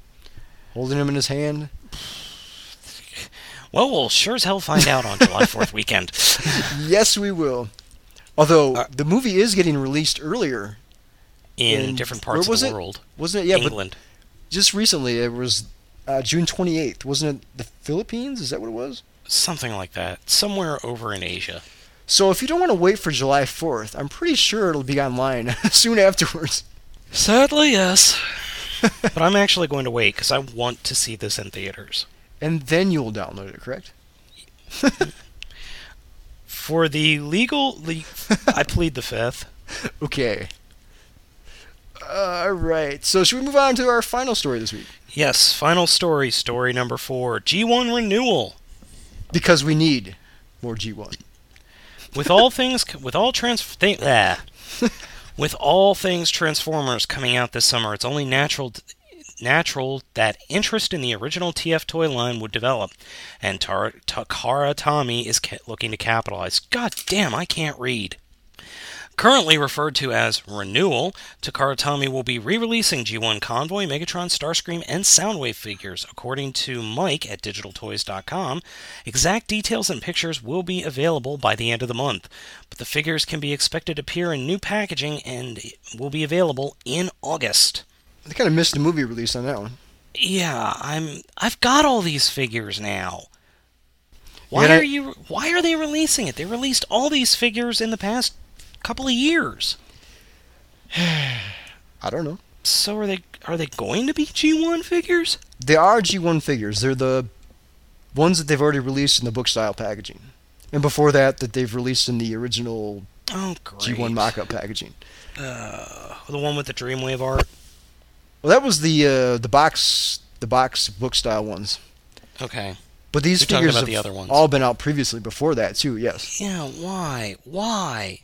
[SPEAKER 1] holding him in his hand.
[SPEAKER 3] Well, we'll sure as hell find out on July Fourth weekend.
[SPEAKER 1] Yes, we will. Although
[SPEAKER 3] Uh,
[SPEAKER 1] the movie is getting released earlier
[SPEAKER 3] in,
[SPEAKER 1] In-
[SPEAKER 3] different
[SPEAKER 1] where
[SPEAKER 3] parts
[SPEAKER 1] was
[SPEAKER 3] of
[SPEAKER 1] it?
[SPEAKER 3] the world.
[SPEAKER 1] Wasn't it? Yeah,
[SPEAKER 3] England.
[SPEAKER 1] but just recently it was uh, June 28th. Wasn't it the Philippines? Is that what it was?
[SPEAKER 3] Something like that. Somewhere over in Asia.
[SPEAKER 1] So if you don't want to wait for July 4th, I'm pretty sure it'll be online soon afterwards.
[SPEAKER 3] Sadly, yes. but I'm actually going to wait because I want to see this in theaters.
[SPEAKER 1] And then you'll download it, correct?
[SPEAKER 3] For the legal, the I plead the fifth.
[SPEAKER 1] Okay. All right. So should we move on to our final story this week?
[SPEAKER 3] Yes, final story, story number four. G1 renewal.
[SPEAKER 1] Because we need more G1.
[SPEAKER 3] With all things, with all trans, th- with all things Transformers coming out this summer, it's only natural, natural that interest in the original TF toy line would develop, and Tar- Takara Tommy is ca- looking to capitalize. God damn, I can't read. Currently referred to as Renewal, Takara Tomy will be re releasing G1 Convoy, Megatron, Starscream, and Soundwave figures, according to Mike at DigitalToys.com. Exact details and pictures will be available by the end of the month, but the figures can be expected to appear in new packaging and will be available in August.
[SPEAKER 1] They kind of missed the movie release on that one.
[SPEAKER 3] Yeah, I'm. I've got all these figures now. Why
[SPEAKER 1] And I-
[SPEAKER 3] are you? Why are they releasing it? They released all these figures in the past couple of years.
[SPEAKER 1] I don't know.
[SPEAKER 3] So are they are they going to be G1 figures?
[SPEAKER 1] They are G1 figures. They're the ones that they've already released in the book style packaging. And before that, that they've released in the original
[SPEAKER 3] Oh great. Uh,
[SPEAKER 1] G1 mock up packaging.
[SPEAKER 3] The one with the Dreamwave art.
[SPEAKER 1] Well, that was the uh, the box the box book style ones.
[SPEAKER 3] Okay.
[SPEAKER 1] But these
[SPEAKER 3] You're talking
[SPEAKER 1] figures
[SPEAKER 3] about
[SPEAKER 1] have
[SPEAKER 3] the other ones.
[SPEAKER 1] all been out previously before that too. Yes.
[SPEAKER 3] Yeah, why? Why?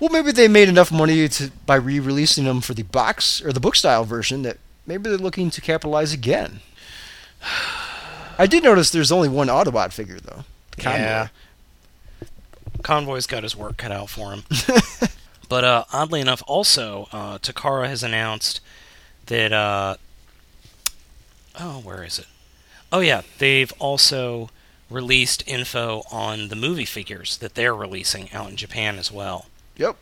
[SPEAKER 1] Well, maybe they made enough money to by re-releasing them for the box or the book style version that maybe they're looking to capitalize again. I did notice there's only one Autobot figure though. Conway.
[SPEAKER 3] Convoy's got his work cut out for him. but uh, oddly enough, also, uh, Takara has announced that. Uh, oh, where is it? Oh, yeah. They've also released info on the movie figures that they're releasing out in Japan as well.
[SPEAKER 1] Yep.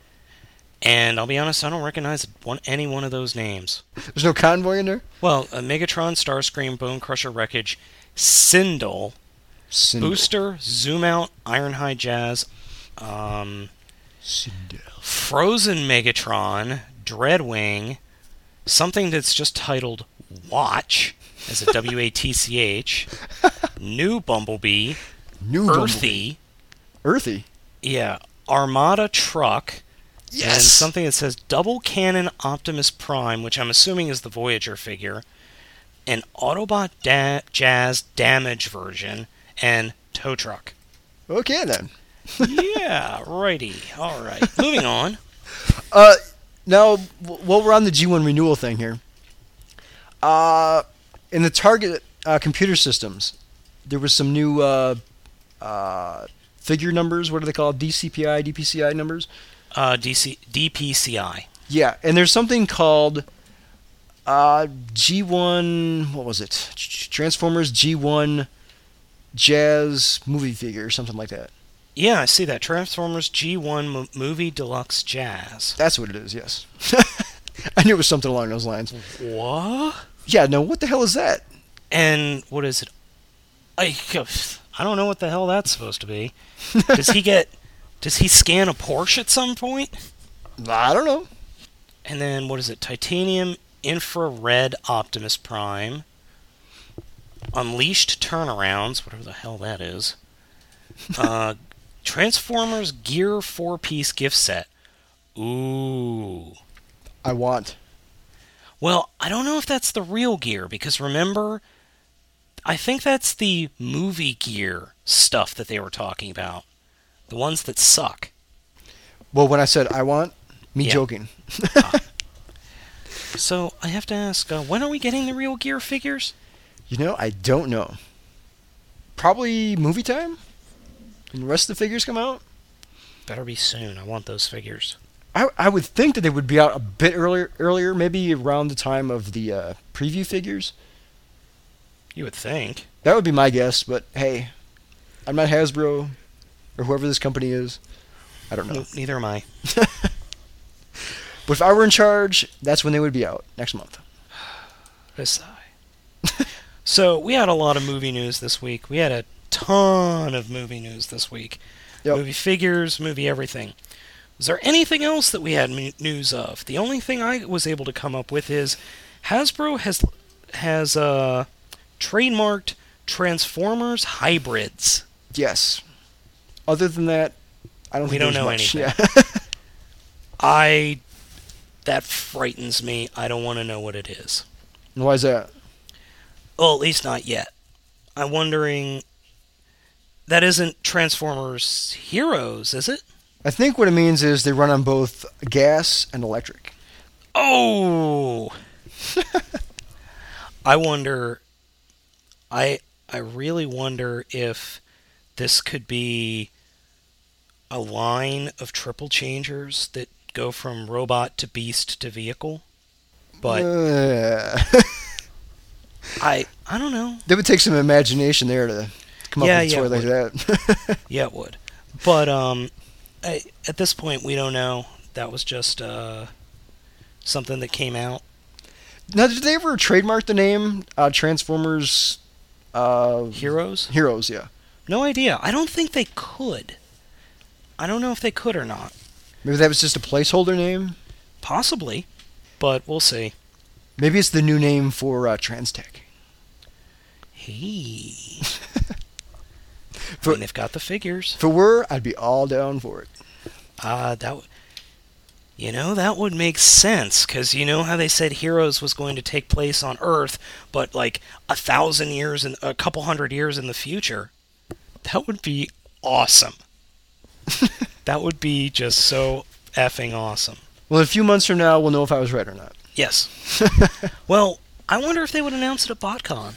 [SPEAKER 3] And I'll be honest, I don't recognize one, any one of those names.
[SPEAKER 1] There's no Convoy in there.
[SPEAKER 3] Well, uh, Megatron, Starscream, Bone Crusher, Wreckage, Sindel,
[SPEAKER 1] Cinder.
[SPEAKER 3] Booster, Zoom Out, Ironhide Jazz, um,
[SPEAKER 1] Cinder.
[SPEAKER 3] Frozen Megatron, Dreadwing, something that's just titled Watch, as a W A T C H, New Bumblebee,
[SPEAKER 1] New Bumblebee.
[SPEAKER 3] Earthy,
[SPEAKER 1] Earthy.
[SPEAKER 3] yeah, Armada Truck, and
[SPEAKER 1] Yes.
[SPEAKER 3] something that says Double Cannon Optimus Prime, which I'm assuming is the Voyager figure, an Autobot da- Jazz Damage version, and Tow Truck.
[SPEAKER 1] Okay then.
[SPEAKER 3] yeah, righty. All right. Moving on.
[SPEAKER 1] Uh, now, w- while we're on the G1 renewal thing here, uh, in the Target uh, computer systems, there was some new uh, uh, figure numbers. What are they called? DCPI, DPCI numbers.
[SPEAKER 3] Uh, DC- DPCI.
[SPEAKER 1] Yeah, and there's something called uh, G1. What was it? Transformers G1 Jazz movie figure, or something like that.
[SPEAKER 3] Yeah, I see that. Transformers G1 Mo- Movie Deluxe Jazz.
[SPEAKER 1] That's what it is. Yes, I knew it was something along those lines.
[SPEAKER 3] What?
[SPEAKER 1] Yeah, no, what the hell is that?
[SPEAKER 3] And what is it? I, I don't know what the hell that's supposed to be. Does he get. Does he scan a Porsche at some point?
[SPEAKER 1] I don't know.
[SPEAKER 3] And then what is it? Titanium infrared Optimus Prime. Unleashed turnarounds, whatever the hell that is. Uh, Transformers Gear four piece gift set. Ooh.
[SPEAKER 1] I want.
[SPEAKER 3] Well, I don't know if that's the real gear because remember, I think that's the movie gear stuff that they were talking about. The ones that suck.
[SPEAKER 1] Well, when I said I want, me
[SPEAKER 3] Yeah.
[SPEAKER 1] joking.
[SPEAKER 3] So I have to ask, uh, when are we getting the real gear figures?
[SPEAKER 1] You know, I don't know. Probably movie time? And the rest of the figures come out?
[SPEAKER 3] Better be soon. I want those figures.
[SPEAKER 1] I, I would think that they would be out a bit earlier, earlier maybe around the time of the uh, preview figures.
[SPEAKER 3] You would think.
[SPEAKER 1] That would be my guess, but hey, I'm not Hasbro or whoever this company is. I don't know.
[SPEAKER 3] Nope, neither am I.
[SPEAKER 1] But if I were in charge, that's when they would be out next month.
[SPEAKER 3] A sigh. so we had a lot of movie news this week. We had a ton of movie news this week.
[SPEAKER 1] Yep.
[SPEAKER 3] Movie figures, movie everything. Was there anything else that we had mu- news of? The only thing I was able to come up with is Hasbro has has uh, trademarked Transformers hybrids.
[SPEAKER 1] Yes. Other than that, I don't
[SPEAKER 3] We
[SPEAKER 1] think
[SPEAKER 3] don't
[SPEAKER 1] there's
[SPEAKER 3] know
[SPEAKER 1] much.
[SPEAKER 3] anything.
[SPEAKER 1] Yeah.
[SPEAKER 3] I that frightens me. I don't want to know what it is.
[SPEAKER 1] And Why is that?
[SPEAKER 3] Well, at least not yet. I'm wondering. That isn't Transformers Heroes, is it?
[SPEAKER 1] I think what it means is they run on both gas and electric.
[SPEAKER 3] Oh. I wonder. I I really wonder if this could be a line of triple changers that go from robot to beast to vehicle. But
[SPEAKER 1] Uh,
[SPEAKER 3] I I don't know.
[SPEAKER 1] that would take some imagination there to come
[SPEAKER 3] Yeah,
[SPEAKER 1] up with a
[SPEAKER 3] yeah,
[SPEAKER 1] toy
[SPEAKER 3] it
[SPEAKER 1] like that.
[SPEAKER 3] Yeah, it would. But um, I, at this point, we don't know. That was just uh, something that came out.
[SPEAKER 1] now, did they ever trademark the name uh, Transformers uh,
[SPEAKER 3] Heroes?
[SPEAKER 1] Heroes? Yeah.
[SPEAKER 3] No idea. I don't think they could. I don't know if they could or not.
[SPEAKER 1] Maybe that was just a placeholder name.
[SPEAKER 3] Possibly, but we'll see.
[SPEAKER 1] Maybe it's the new name for uh, TransTech.
[SPEAKER 3] Hey. I
[SPEAKER 1] For-
[SPEAKER 3] mean, they've got the figures.
[SPEAKER 1] If it were, I'd be all down for it.
[SPEAKER 3] Uh, that w- you know that would make sense because you know how they said Heroes was going to take place on Earth, but like a thousand years and a couple hundred years in the future. That would be awesome. that would be just so effing awesome.
[SPEAKER 1] Well, in a few months from now, we'll know if I was right or not.
[SPEAKER 3] Yes. well, I wonder if they would announce it at BotCon.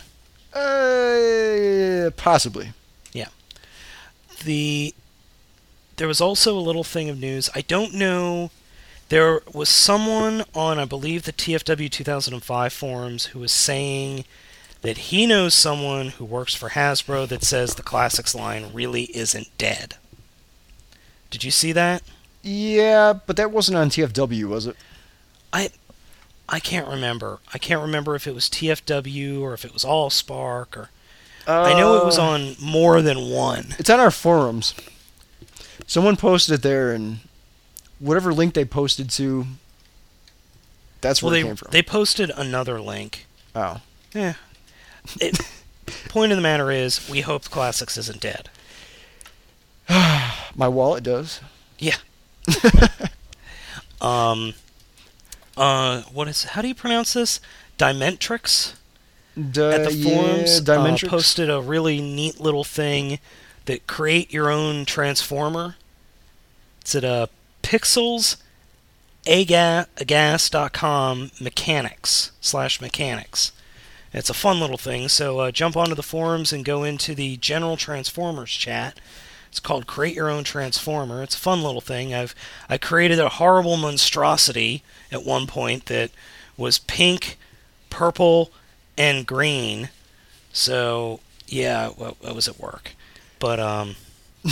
[SPEAKER 1] Uh, possibly.
[SPEAKER 3] the there was also a little thing of news. I don't know. There was someone on, I believe, the TFW 2005 forums who was saying that he knows someone who works for Hasbro that says the Classics line really isn't dead. Did you see that?
[SPEAKER 1] Yeah, but that wasn't on TFW, was it?
[SPEAKER 3] I can't remember. I can't remember if it was TFW or if it was AllSpark or
[SPEAKER 1] Uh,
[SPEAKER 3] I know it was on more than one.
[SPEAKER 1] It's on our forums. Someone posted it there, and whatever link they posted to, that's
[SPEAKER 3] Well,
[SPEAKER 1] where it
[SPEAKER 3] they
[SPEAKER 1] came from.
[SPEAKER 3] they posted another link
[SPEAKER 1] oh,
[SPEAKER 3] Yeah. It, point of the matter is, we hope Classics isn't dead.
[SPEAKER 1] my wallet does.
[SPEAKER 3] Um, uh, what is? How do you pronounce this? Dimentrix
[SPEAKER 1] Duh,
[SPEAKER 3] at the forums
[SPEAKER 1] uh, yeah,
[SPEAKER 3] uh,
[SPEAKER 1] Dimentrix.
[SPEAKER 3] posted a really neat little thing that create your own transformer. It's at uh, pixels agas.com mechanics slash mechanics. It's a fun little thing, so uh, jump onto the forums and go into the general Transformers chat. It's called Create Your Own Transformer. It's a fun little thing. I've I created a horrible monstrosity at one point that was pink, purple, and green. So yeah, well, I was at work, but um,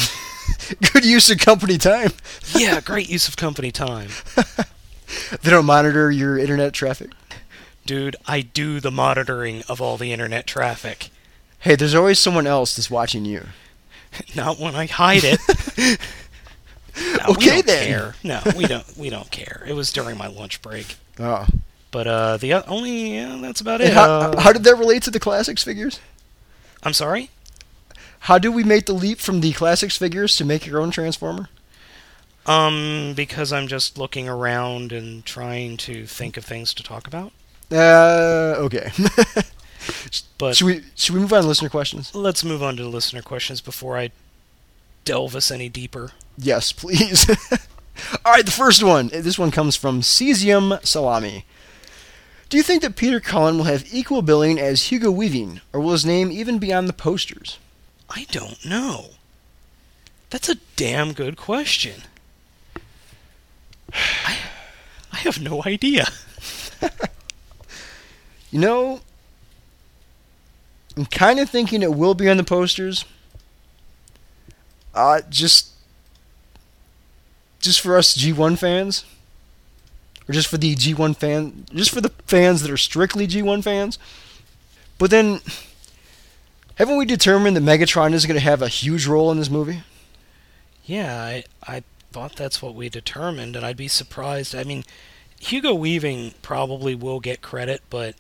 [SPEAKER 1] Good use of company time.
[SPEAKER 3] yeah, great use of company time,
[SPEAKER 1] They don't monitor your internet traffic.
[SPEAKER 3] dude. I do the monitoring of all the internet traffic,
[SPEAKER 1] Hey, there's always someone else that's watching you.
[SPEAKER 3] not when I hide it. No, we
[SPEAKER 1] Okay,
[SPEAKER 3] don't
[SPEAKER 1] then.
[SPEAKER 3] Care. No, we don't. We don't care. It was during my lunch break.
[SPEAKER 1] Oh,
[SPEAKER 3] But uh, the o- only yeah, that's about
[SPEAKER 1] And
[SPEAKER 3] it.
[SPEAKER 1] how,
[SPEAKER 3] Uh,
[SPEAKER 1] how did that relate to the classics figures?
[SPEAKER 3] I'm sorry.
[SPEAKER 1] How do we make the leap from the classics figures to make your own transformer?
[SPEAKER 3] Um, because I'm just looking around and trying to think of things to talk about.
[SPEAKER 1] Uh, okay.
[SPEAKER 3] But
[SPEAKER 1] should we should we move on to listener questions?
[SPEAKER 3] let's move on to the listener questions before I delve us any deeper.
[SPEAKER 1] Yes, please. All right, the first one. This one comes from Cesium Salami. Do you think that Peter Cullen will have equal billing as Hugo Weaving, or will his name even be on the posters?
[SPEAKER 3] I don't know. That's a damn good question. I, I have no idea.
[SPEAKER 1] You know, I'm kind of thinking it will be on the posters. Uh, just, just for us G1 fans, or just for the G1 fan, just for the fans that are strictly G1 fans. But then, haven't we determined that Megatron is going to have a huge role in this movie?
[SPEAKER 3] Yeah, I I thought that's what we determined, and I'd be surprised. I mean, Hugo Weaving probably will get credit, but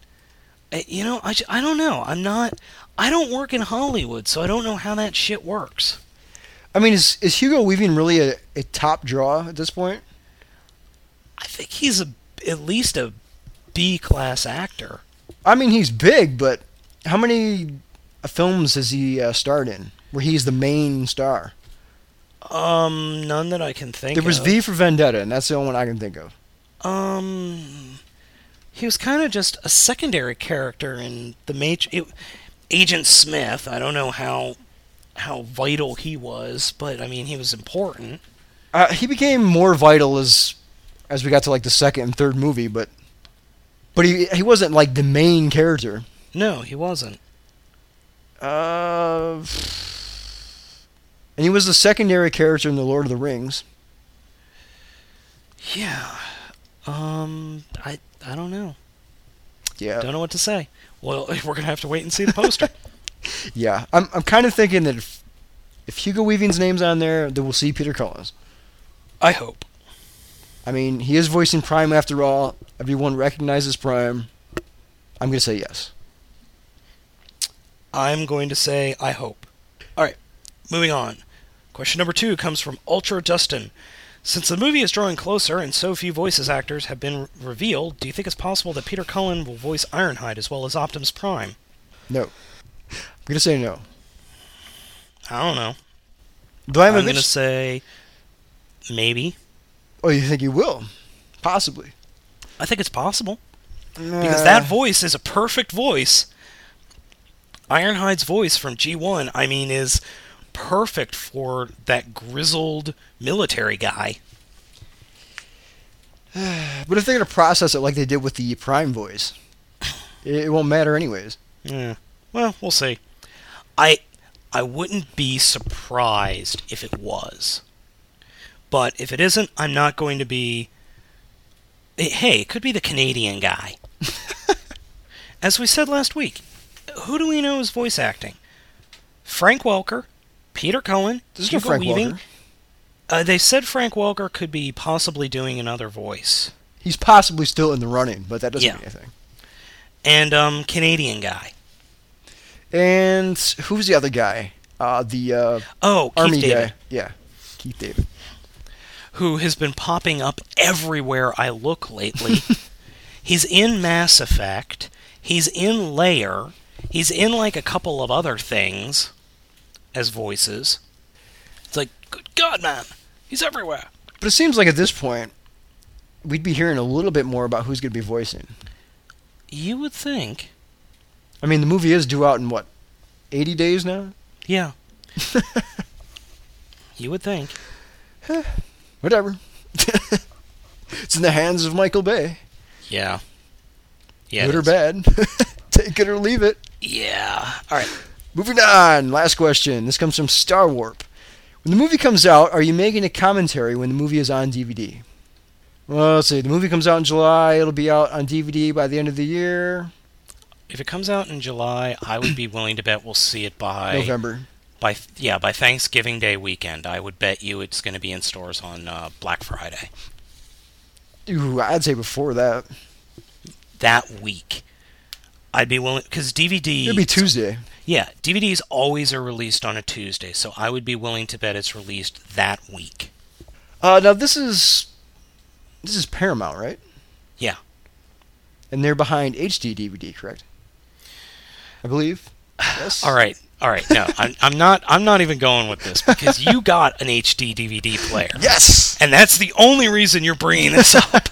[SPEAKER 3] uh, you know, I, ju- I don't know. I'm not. I don't work in Hollywood, so I don't know how that shit works.
[SPEAKER 1] I mean, is is Hugo Weaving really a, a top draw at this point?
[SPEAKER 3] I think he's a, at least a B class actor.
[SPEAKER 1] I mean, he's big, but how many uh, films has he uh, starred in where he's the main star?
[SPEAKER 3] Um, none that I can think.
[SPEAKER 1] There was
[SPEAKER 3] of.
[SPEAKER 1] V for Vendetta, and that's the only one I can think of.
[SPEAKER 3] Um, he was kind of just a secondary character in the Matrix. It, Agent Smith. I don't know how how vital he was, but I mean, he was important.
[SPEAKER 1] Uh, he became more vital as as we got to like the second and third movie, but but he he wasn't like the main character.
[SPEAKER 3] No, he wasn't.
[SPEAKER 1] Uh, and he was the secondary character in the Lord of the Rings.
[SPEAKER 3] Yeah. Um, I I don't know.
[SPEAKER 1] Yeah,
[SPEAKER 3] Don't know what to say. Well, we're gonna have to wait and see the poster.
[SPEAKER 1] yeah. I'm I'm kind of thinking that if, if Hugo Weaving's name's on there, then we'll see Peter Collins.
[SPEAKER 3] I hope.
[SPEAKER 1] I mean, he is voicing Prime after all. Everyone recognizes Prime. I'm gonna say yes.
[SPEAKER 3] I'm going to say I hope. All right, moving on. Question number two comes from Ultra Dustin. Since the movie is drawing closer and so few voices actors have been re- revealed, do you think it's possible that Peter Cullen will voice Ironhide as well as Optimus Prime?
[SPEAKER 1] No. I'm gonna say no.
[SPEAKER 3] I don't know.
[SPEAKER 1] Do I
[SPEAKER 3] I'm
[SPEAKER 1] have a
[SPEAKER 3] going to say maybe.
[SPEAKER 1] Oh, you think he will? Possibly.
[SPEAKER 3] I think it's possible
[SPEAKER 1] Uh.
[SPEAKER 3] because that voice is a perfect voice. Ironhide's voice from G1, I mean, is perfect for that grizzled military guy.
[SPEAKER 1] But if they're gonna process it like they did with the Prime voice, it, it won't matter anyways.
[SPEAKER 3] Yeah. Well, we'll see. I I wouldn't be surprised if it was. But if it isn't, I'm not going to be Eh, Hey, it could be the Canadian guy. As we said last week, who do we know is voice acting? Frank Welker, Peter Cullen,
[SPEAKER 1] There's no
[SPEAKER 3] Hugo
[SPEAKER 1] Frank
[SPEAKER 3] Weaving.
[SPEAKER 1] Welker.
[SPEAKER 3] Uh, they said Frank Welker could be possibly doing another voice.
[SPEAKER 1] He's possibly still in the running, but that doesn't
[SPEAKER 3] Yeah.
[SPEAKER 1] mean anything.
[SPEAKER 3] And um Canadian guy.
[SPEAKER 1] And who's the other guy? Uh, the uh,
[SPEAKER 3] Oh, Keith
[SPEAKER 1] army
[SPEAKER 3] David.
[SPEAKER 1] guy. Yeah, Keith David.
[SPEAKER 3] who has been popping up everywhere I look lately. he's in Mass Effect. He's in Layer. He's in like a couple of other things as voices. It's like, good God, man, he's everywhere.
[SPEAKER 1] But it seems like at this point, we'd be hearing a little bit more about who's gonna be voicing.
[SPEAKER 3] You would think,
[SPEAKER 1] I mean, the movie is due out in what, 80 days now?
[SPEAKER 3] yeah. you would think.
[SPEAKER 1] Whatever. it's in the hands of Michael Bay.
[SPEAKER 3] Yeah. Yeah.
[SPEAKER 1] Good
[SPEAKER 3] it
[SPEAKER 1] or
[SPEAKER 3] is.
[SPEAKER 1] bad, take it or leave it.
[SPEAKER 3] Yeah. All right.
[SPEAKER 1] Moving on, last question. This comes from Star Warp. When the movie comes out, are you making a commentary when the movie is on DVD? Well, let's see. The movie comes out in July. It'll be out on DVD by the end of the year,
[SPEAKER 3] If it comes out in July, I would be willing to bet we'll see it by
[SPEAKER 1] November.
[SPEAKER 3] By yeah, by Thanksgiving Day weekend, I would bet you it's going to be in stores on uh, Black Friday
[SPEAKER 1] Ooh, I'd say before that.
[SPEAKER 3] that week. I'd be willing because DVD.
[SPEAKER 1] It'd be Tuesday.
[SPEAKER 3] yeah, DVDs always are released on a Tuesday, so I would be willing to bet it's released that week.
[SPEAKER 1] Uh, now this is this is Paramount, right?
[SPEAKER 3] Yeah.
[SPEAKER 1] And they're behind HD DVD, correct? I believe. Yes.
[SPEAKER 3] All right, all right. No, I'm, I'm not. I'm not even going with this because you got an HD DVD player,
[SPEAKER 1] Yes.
[SPEAKER 3] and that's the only reason you're bringing this up.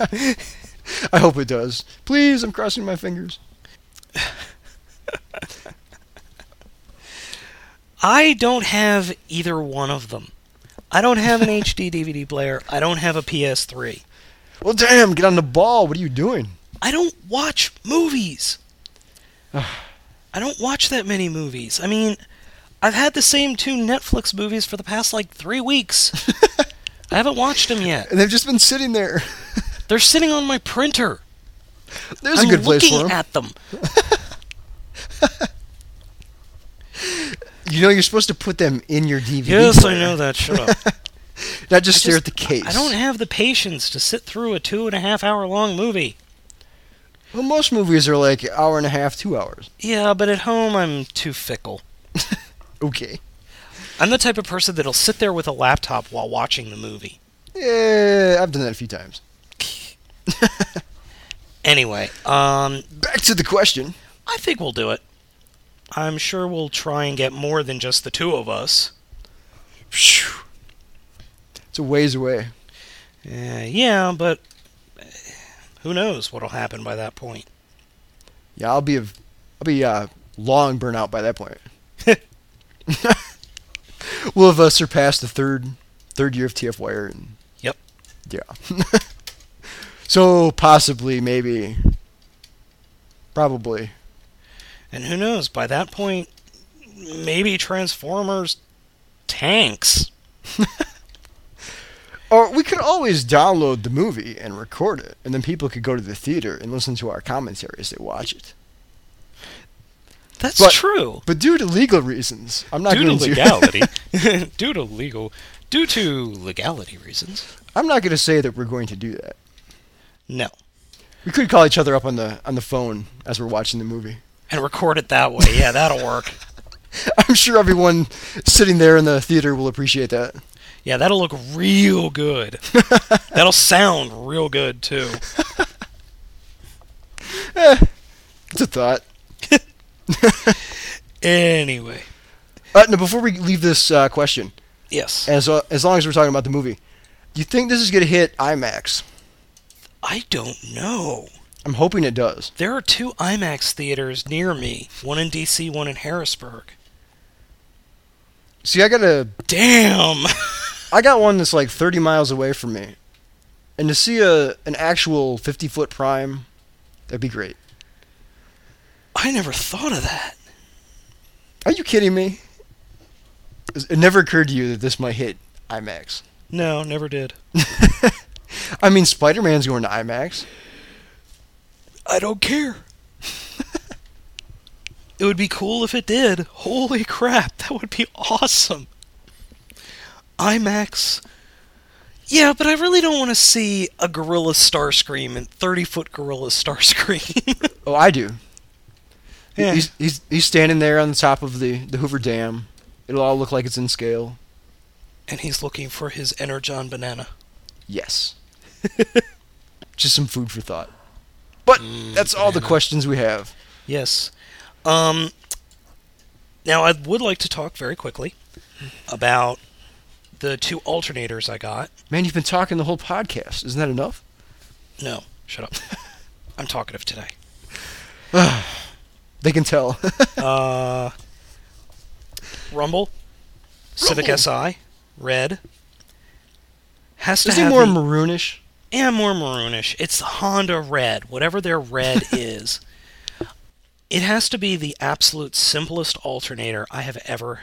[SPEAKER 1] I hope it does. Please, I'm crossing my fingers.
[SPEAKER 3] I don't have either one of them. I don't have an HD DVD player. I don't have a PS3.
[SPEAKER 1] Well, damn, get on the ball. What are you doing?
[SPEAKER 3] I don't watch movies. I don't watch that many movies. I mean, I've had the same two Netflix movies for the past like three weeks. I haven't watched them yet.
[SPEAKER 1] And they've just been sitting there.
[SPEAKER 3] They're sitting on my printer.
[SPEAKER 1] There's
[SPEAKER 3] I'm
[SPEAKER 1] a good place for
[SPEAKER 3] looking
[SPEAKER 1] them.
[SPEAKER 3] at them.
[SPEAKER 1] you know, you're supposed to put them in your DVD.
[SPEAKER 3] Yes, I
[SPEAKER 1] player,
[SPEAKER 3] know that. Shut up.
[SPEAKER 1] Not just
[SPEAKER 3] I
[SPEAKER 1] stare at
[SPEAKER 3] just-
[SPEAKER 1] the case.
[SPEAKER 3] I don't have the patience to sit through a two and a half hour long movie.
[SPEAKER 1] Well, most movies are like hour and a half, two hours.
[SPEAKER 3] Yeah, but at home I'm too fickle.
[SPEAKER 1] Okay.
[SPEAKER 3] I'm the type of person that'll sit there with a laptop while watching the movie.
[SPEAKER 1] Yeah, I've done that a few times.
[SPEAKER 3] Anyway, um,
[SPEAKER 1] Back to the question.
[SPEAKER 3] I think we'll do it. I'm sure we'll try and get more than just the two of us.
[SPEAKER 1] Phew. It's a ways away.
[SPEAKER 3] Uh, yeah, but uh, who knows what'll happen by that point?
[SPEAKER 1] Yeah, I'll be a, I'll be uh, long burnout by that point. we'll have uh, surpassed the third third year of TF Wire. And,
[SPEAKER 3] Yep.
[SPEAKER 1] Yeah. so possibly, maybe, probably.
[SPEAKER 3] And who knows? By that point, maybe Transformers tanks.
[SPEAKER 1] Or we could always download the movie and record it, and then people could go to the theater and listen to our commentary as they watch it.
[SPEAKER 3] That's
[SPEAKER 1] But-
[SPEAKER 3] true.
[SPEAKER 1] But due to legal reasons, I'm not
[SPEAKER 3] Due to
[SPEAKER 1] going to.
[SPEAKER 3] legality, due to legal, due to legality reasons,
[SPEAKER 1] I'm not going to say that we're going to do that.
[SPEAKER 3] no.
[SPEAKER 1] We could call each other up on the on the phone as we're watching the movie.
[SPEAKER 3] And record it that way. Yeah, that'll work.
[SPEAKER 1] I'm sure everyone sitting there in the theater will appreciate that.
[SPEAKER 3] Yeah, that'll look real good. that'll sound real good too.
[SPEAKER 1] It's a thought.
[SPEAKER 3] Anyway,
[SPEAKER 1] Uh, now, before we leave this uh, question,
[SPEAKER 3] yes,
[SPEAKER 1] as uh, as long as we're talking about the movie, do you think this is going to hit IMAX?
[SPEAKER 3] I don't know.
[SPEAKER 1] I'm hoping it does.
[SPEAKER 3] There are two IMAX theaters near me. One in DC, one in Harrisburg.
[SPEAKER 1] See, I got a
[SPEAKER 3] Damn.
[SPEAKER 1] I got one that's like 30 miles away from me, and to see a an actual 50 foot prime, that'd be great.
[SPEAKER 3] I never thought of that.
[SPEAKER 1] Are you kidding me? It never occurred to you that this might hit IMAX.
[SPEAKER 3] No, never did.
[SPEAKER 1] I mean, Spider Man's going to IMAX.
[SPEAKER 3] I don't care. it would be cool if it did. Holy crap, that would be awesome. IMAX. Yeah, but I really don't want to see a gorilla Starscream and 30 foot gorilla Starscream.
[SPEAKER 1] Oh, I do. He-
[SPEAKER 3] Yeah.
[SPEAKER 1] He's, he's he's standing there on the top of the, the Hoover Dam. It'll all look like it's in scale.
[SPEAKER 3] and he's looking for his Energon banana.
[SPEAKER 1] Yes. Just some food for thought. But that's all the questions we have.
[SPEAKER 3] Yes. Um, now, I would like to talk very quickly about the two alternators I got.
[SPEAKER 1] Man, you've been talking the whole podcast. Isn't that enough?
[SPEAKER 3] No, shut up. I'm talkative today.
[SPEAKER 1] They can tell.
[SPEAKER 3] Uh, Rumble, Civic
[SPEAKER 1] Rumble.
[SPEAKER 3] Si, Red. Has to
[SPEAKER 1] Is he
[SPEAKER 3] have
[SPEAKER 1] more
[SPEAKER 3] the,
[SPEAKER 1] maroonish?
[SPEAKER 3] yeah, more maroonish. It's the Honda Red, whatever their red is. It has to be the absolute simplest alternator I have ever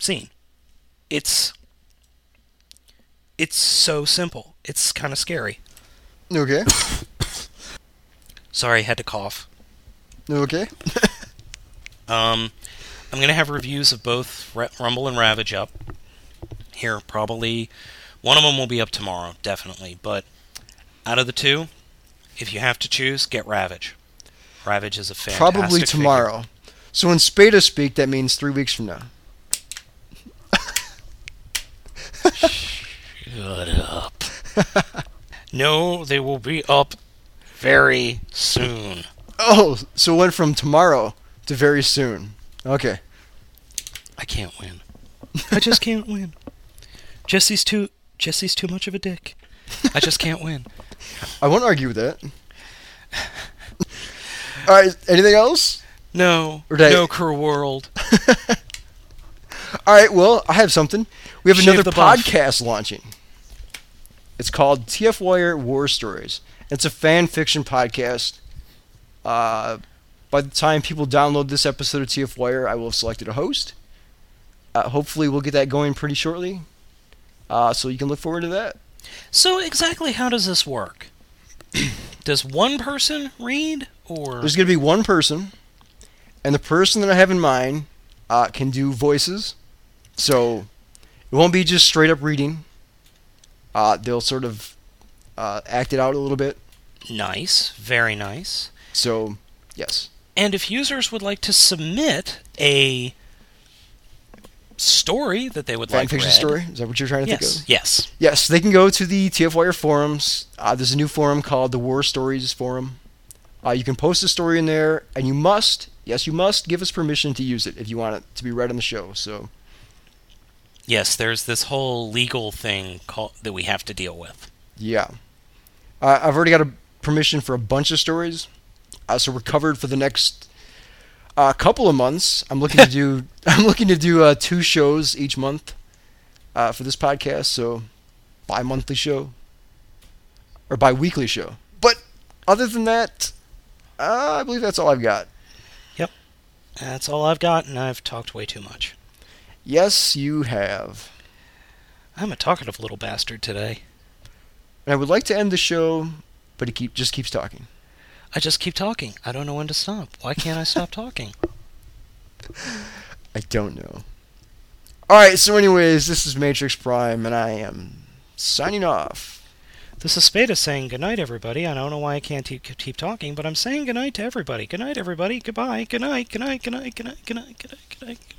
[SPEAKER 3] seen. It's it's so simple. It's kind of scary.
[SPEAKER 1] Okay.
[SPEAKER 3] Sorry, I had to cough.
[SPEAKER 1] Okay.
[SPEAKER 3] Um, I'm gonna have reviews of both Ra- Rumble and Ravage up here. Probably one of them will be up tomorrow, definitely. But out of the two, if you have to choose, get Ravage. Ravage is a fantastic.
[SPEAKER 1] Probably
[SPEAKER 3] figure.
[SPEAKER 1] tomorrow. So when Spada speak, that means three weeks from now.
[SPEAKER 3] Shut up. no, they will be up very soon.
[SPEAKER 1] Oh, so it went from tomorrow to very soon. Okay.
[SPEAKER 3] I can't win. I just can't win. Jesse's too Jesse's too much of a dick. I just can't win.
[SPEAKER 1] I won't argue with that. All right. Anything else?
[SPEAKER 3] No,
[SPEAKER 1] Or did I-
[SPEAKER 3] no, Cur World.
[SPEAKER 1] All right. Well, I have something. We have
[SPEAKER 3] Shave
[SPEAKER 1] another
[SPEAKER 3] the buff.
[SPEAKER 1] podcast launching. It's called TF Wire War Stories. It's a fan fiction podcast. Uh, by the time people download this episode of TF Wire, I will have selected a host. Uh, hopefully, we'll get that going pretty shortly. Uh, so you can look forward to that.
[SPEAKER 3] So exactly how does this work? Does one person read or
[SPEAKER 1] There's going to be one person, and the person that I have in mind uh, can do voices. So it won't be just straight up reading. Uh, they'll sort of uh, act it out a little bit.
[SPEAKER 3] nice? Very nice.
[SPEAKER 1] So, yes.
[SPEAKER 3] And if users would like to submit a story that they would
[SPEAKER 1] Fan
[SPEAKER 3] like
[SPEAKER 1] fiction
[SPEAKER 3] read,
[SPEAKER 1] story? Is that what you're trying to think
[SPEAKER 3] Yes,
[SPEAKER 1] of?
[SPEAKER 3] yes.
[SPEAKER 1] Yes, they can go to the TF Wire forums. Uh, there's a new forum called the War Stories Forum. Uh, you can post a story in there, and you must, yes, you must give us permission to use it if you want it to be read on the show. So,
[SPEAKER 3] Yes, there's this whole legal thing call, that we have to deal with.
[SPEAKER 1] yeah. Uh, I've already got a permission for a bunch of stories, uh, so we're covered for the next uh, couple of months. I'm looking to do, I'm looking to do uh, two shows each month uh, for this podcast, so bi-monthly show or bi-weekly show. But other than that, uh, I believe that's all I've got.
[SPEAKER 3] That's all I've got, and I've talked way too much.
[SPEAKER 1] Yes, you have.
[SPEAKER 3] I'm a talkative little bastard today.
[SPEAKER 1] And I would like to end the show, but it keep just keeps talking.
[SPEAKER 3] I just keep talking. I don't know when to stop. Why can't I stop talking?
[SPEAKER 1] I don't know. All right, so anyways, this is Matrix Prime, and I am signing off.
[SPEAKER 3] This is Spada saying goodnight, everybody. I don't know why I can't keep, keep talking, but I'm saying goodnight to everybody. Goodnight, everybody. Goodbye. Goodnight. Goodnight. Goodnight. Goodnight. Goodnight. Goodnight. Goodnight. Goodnight.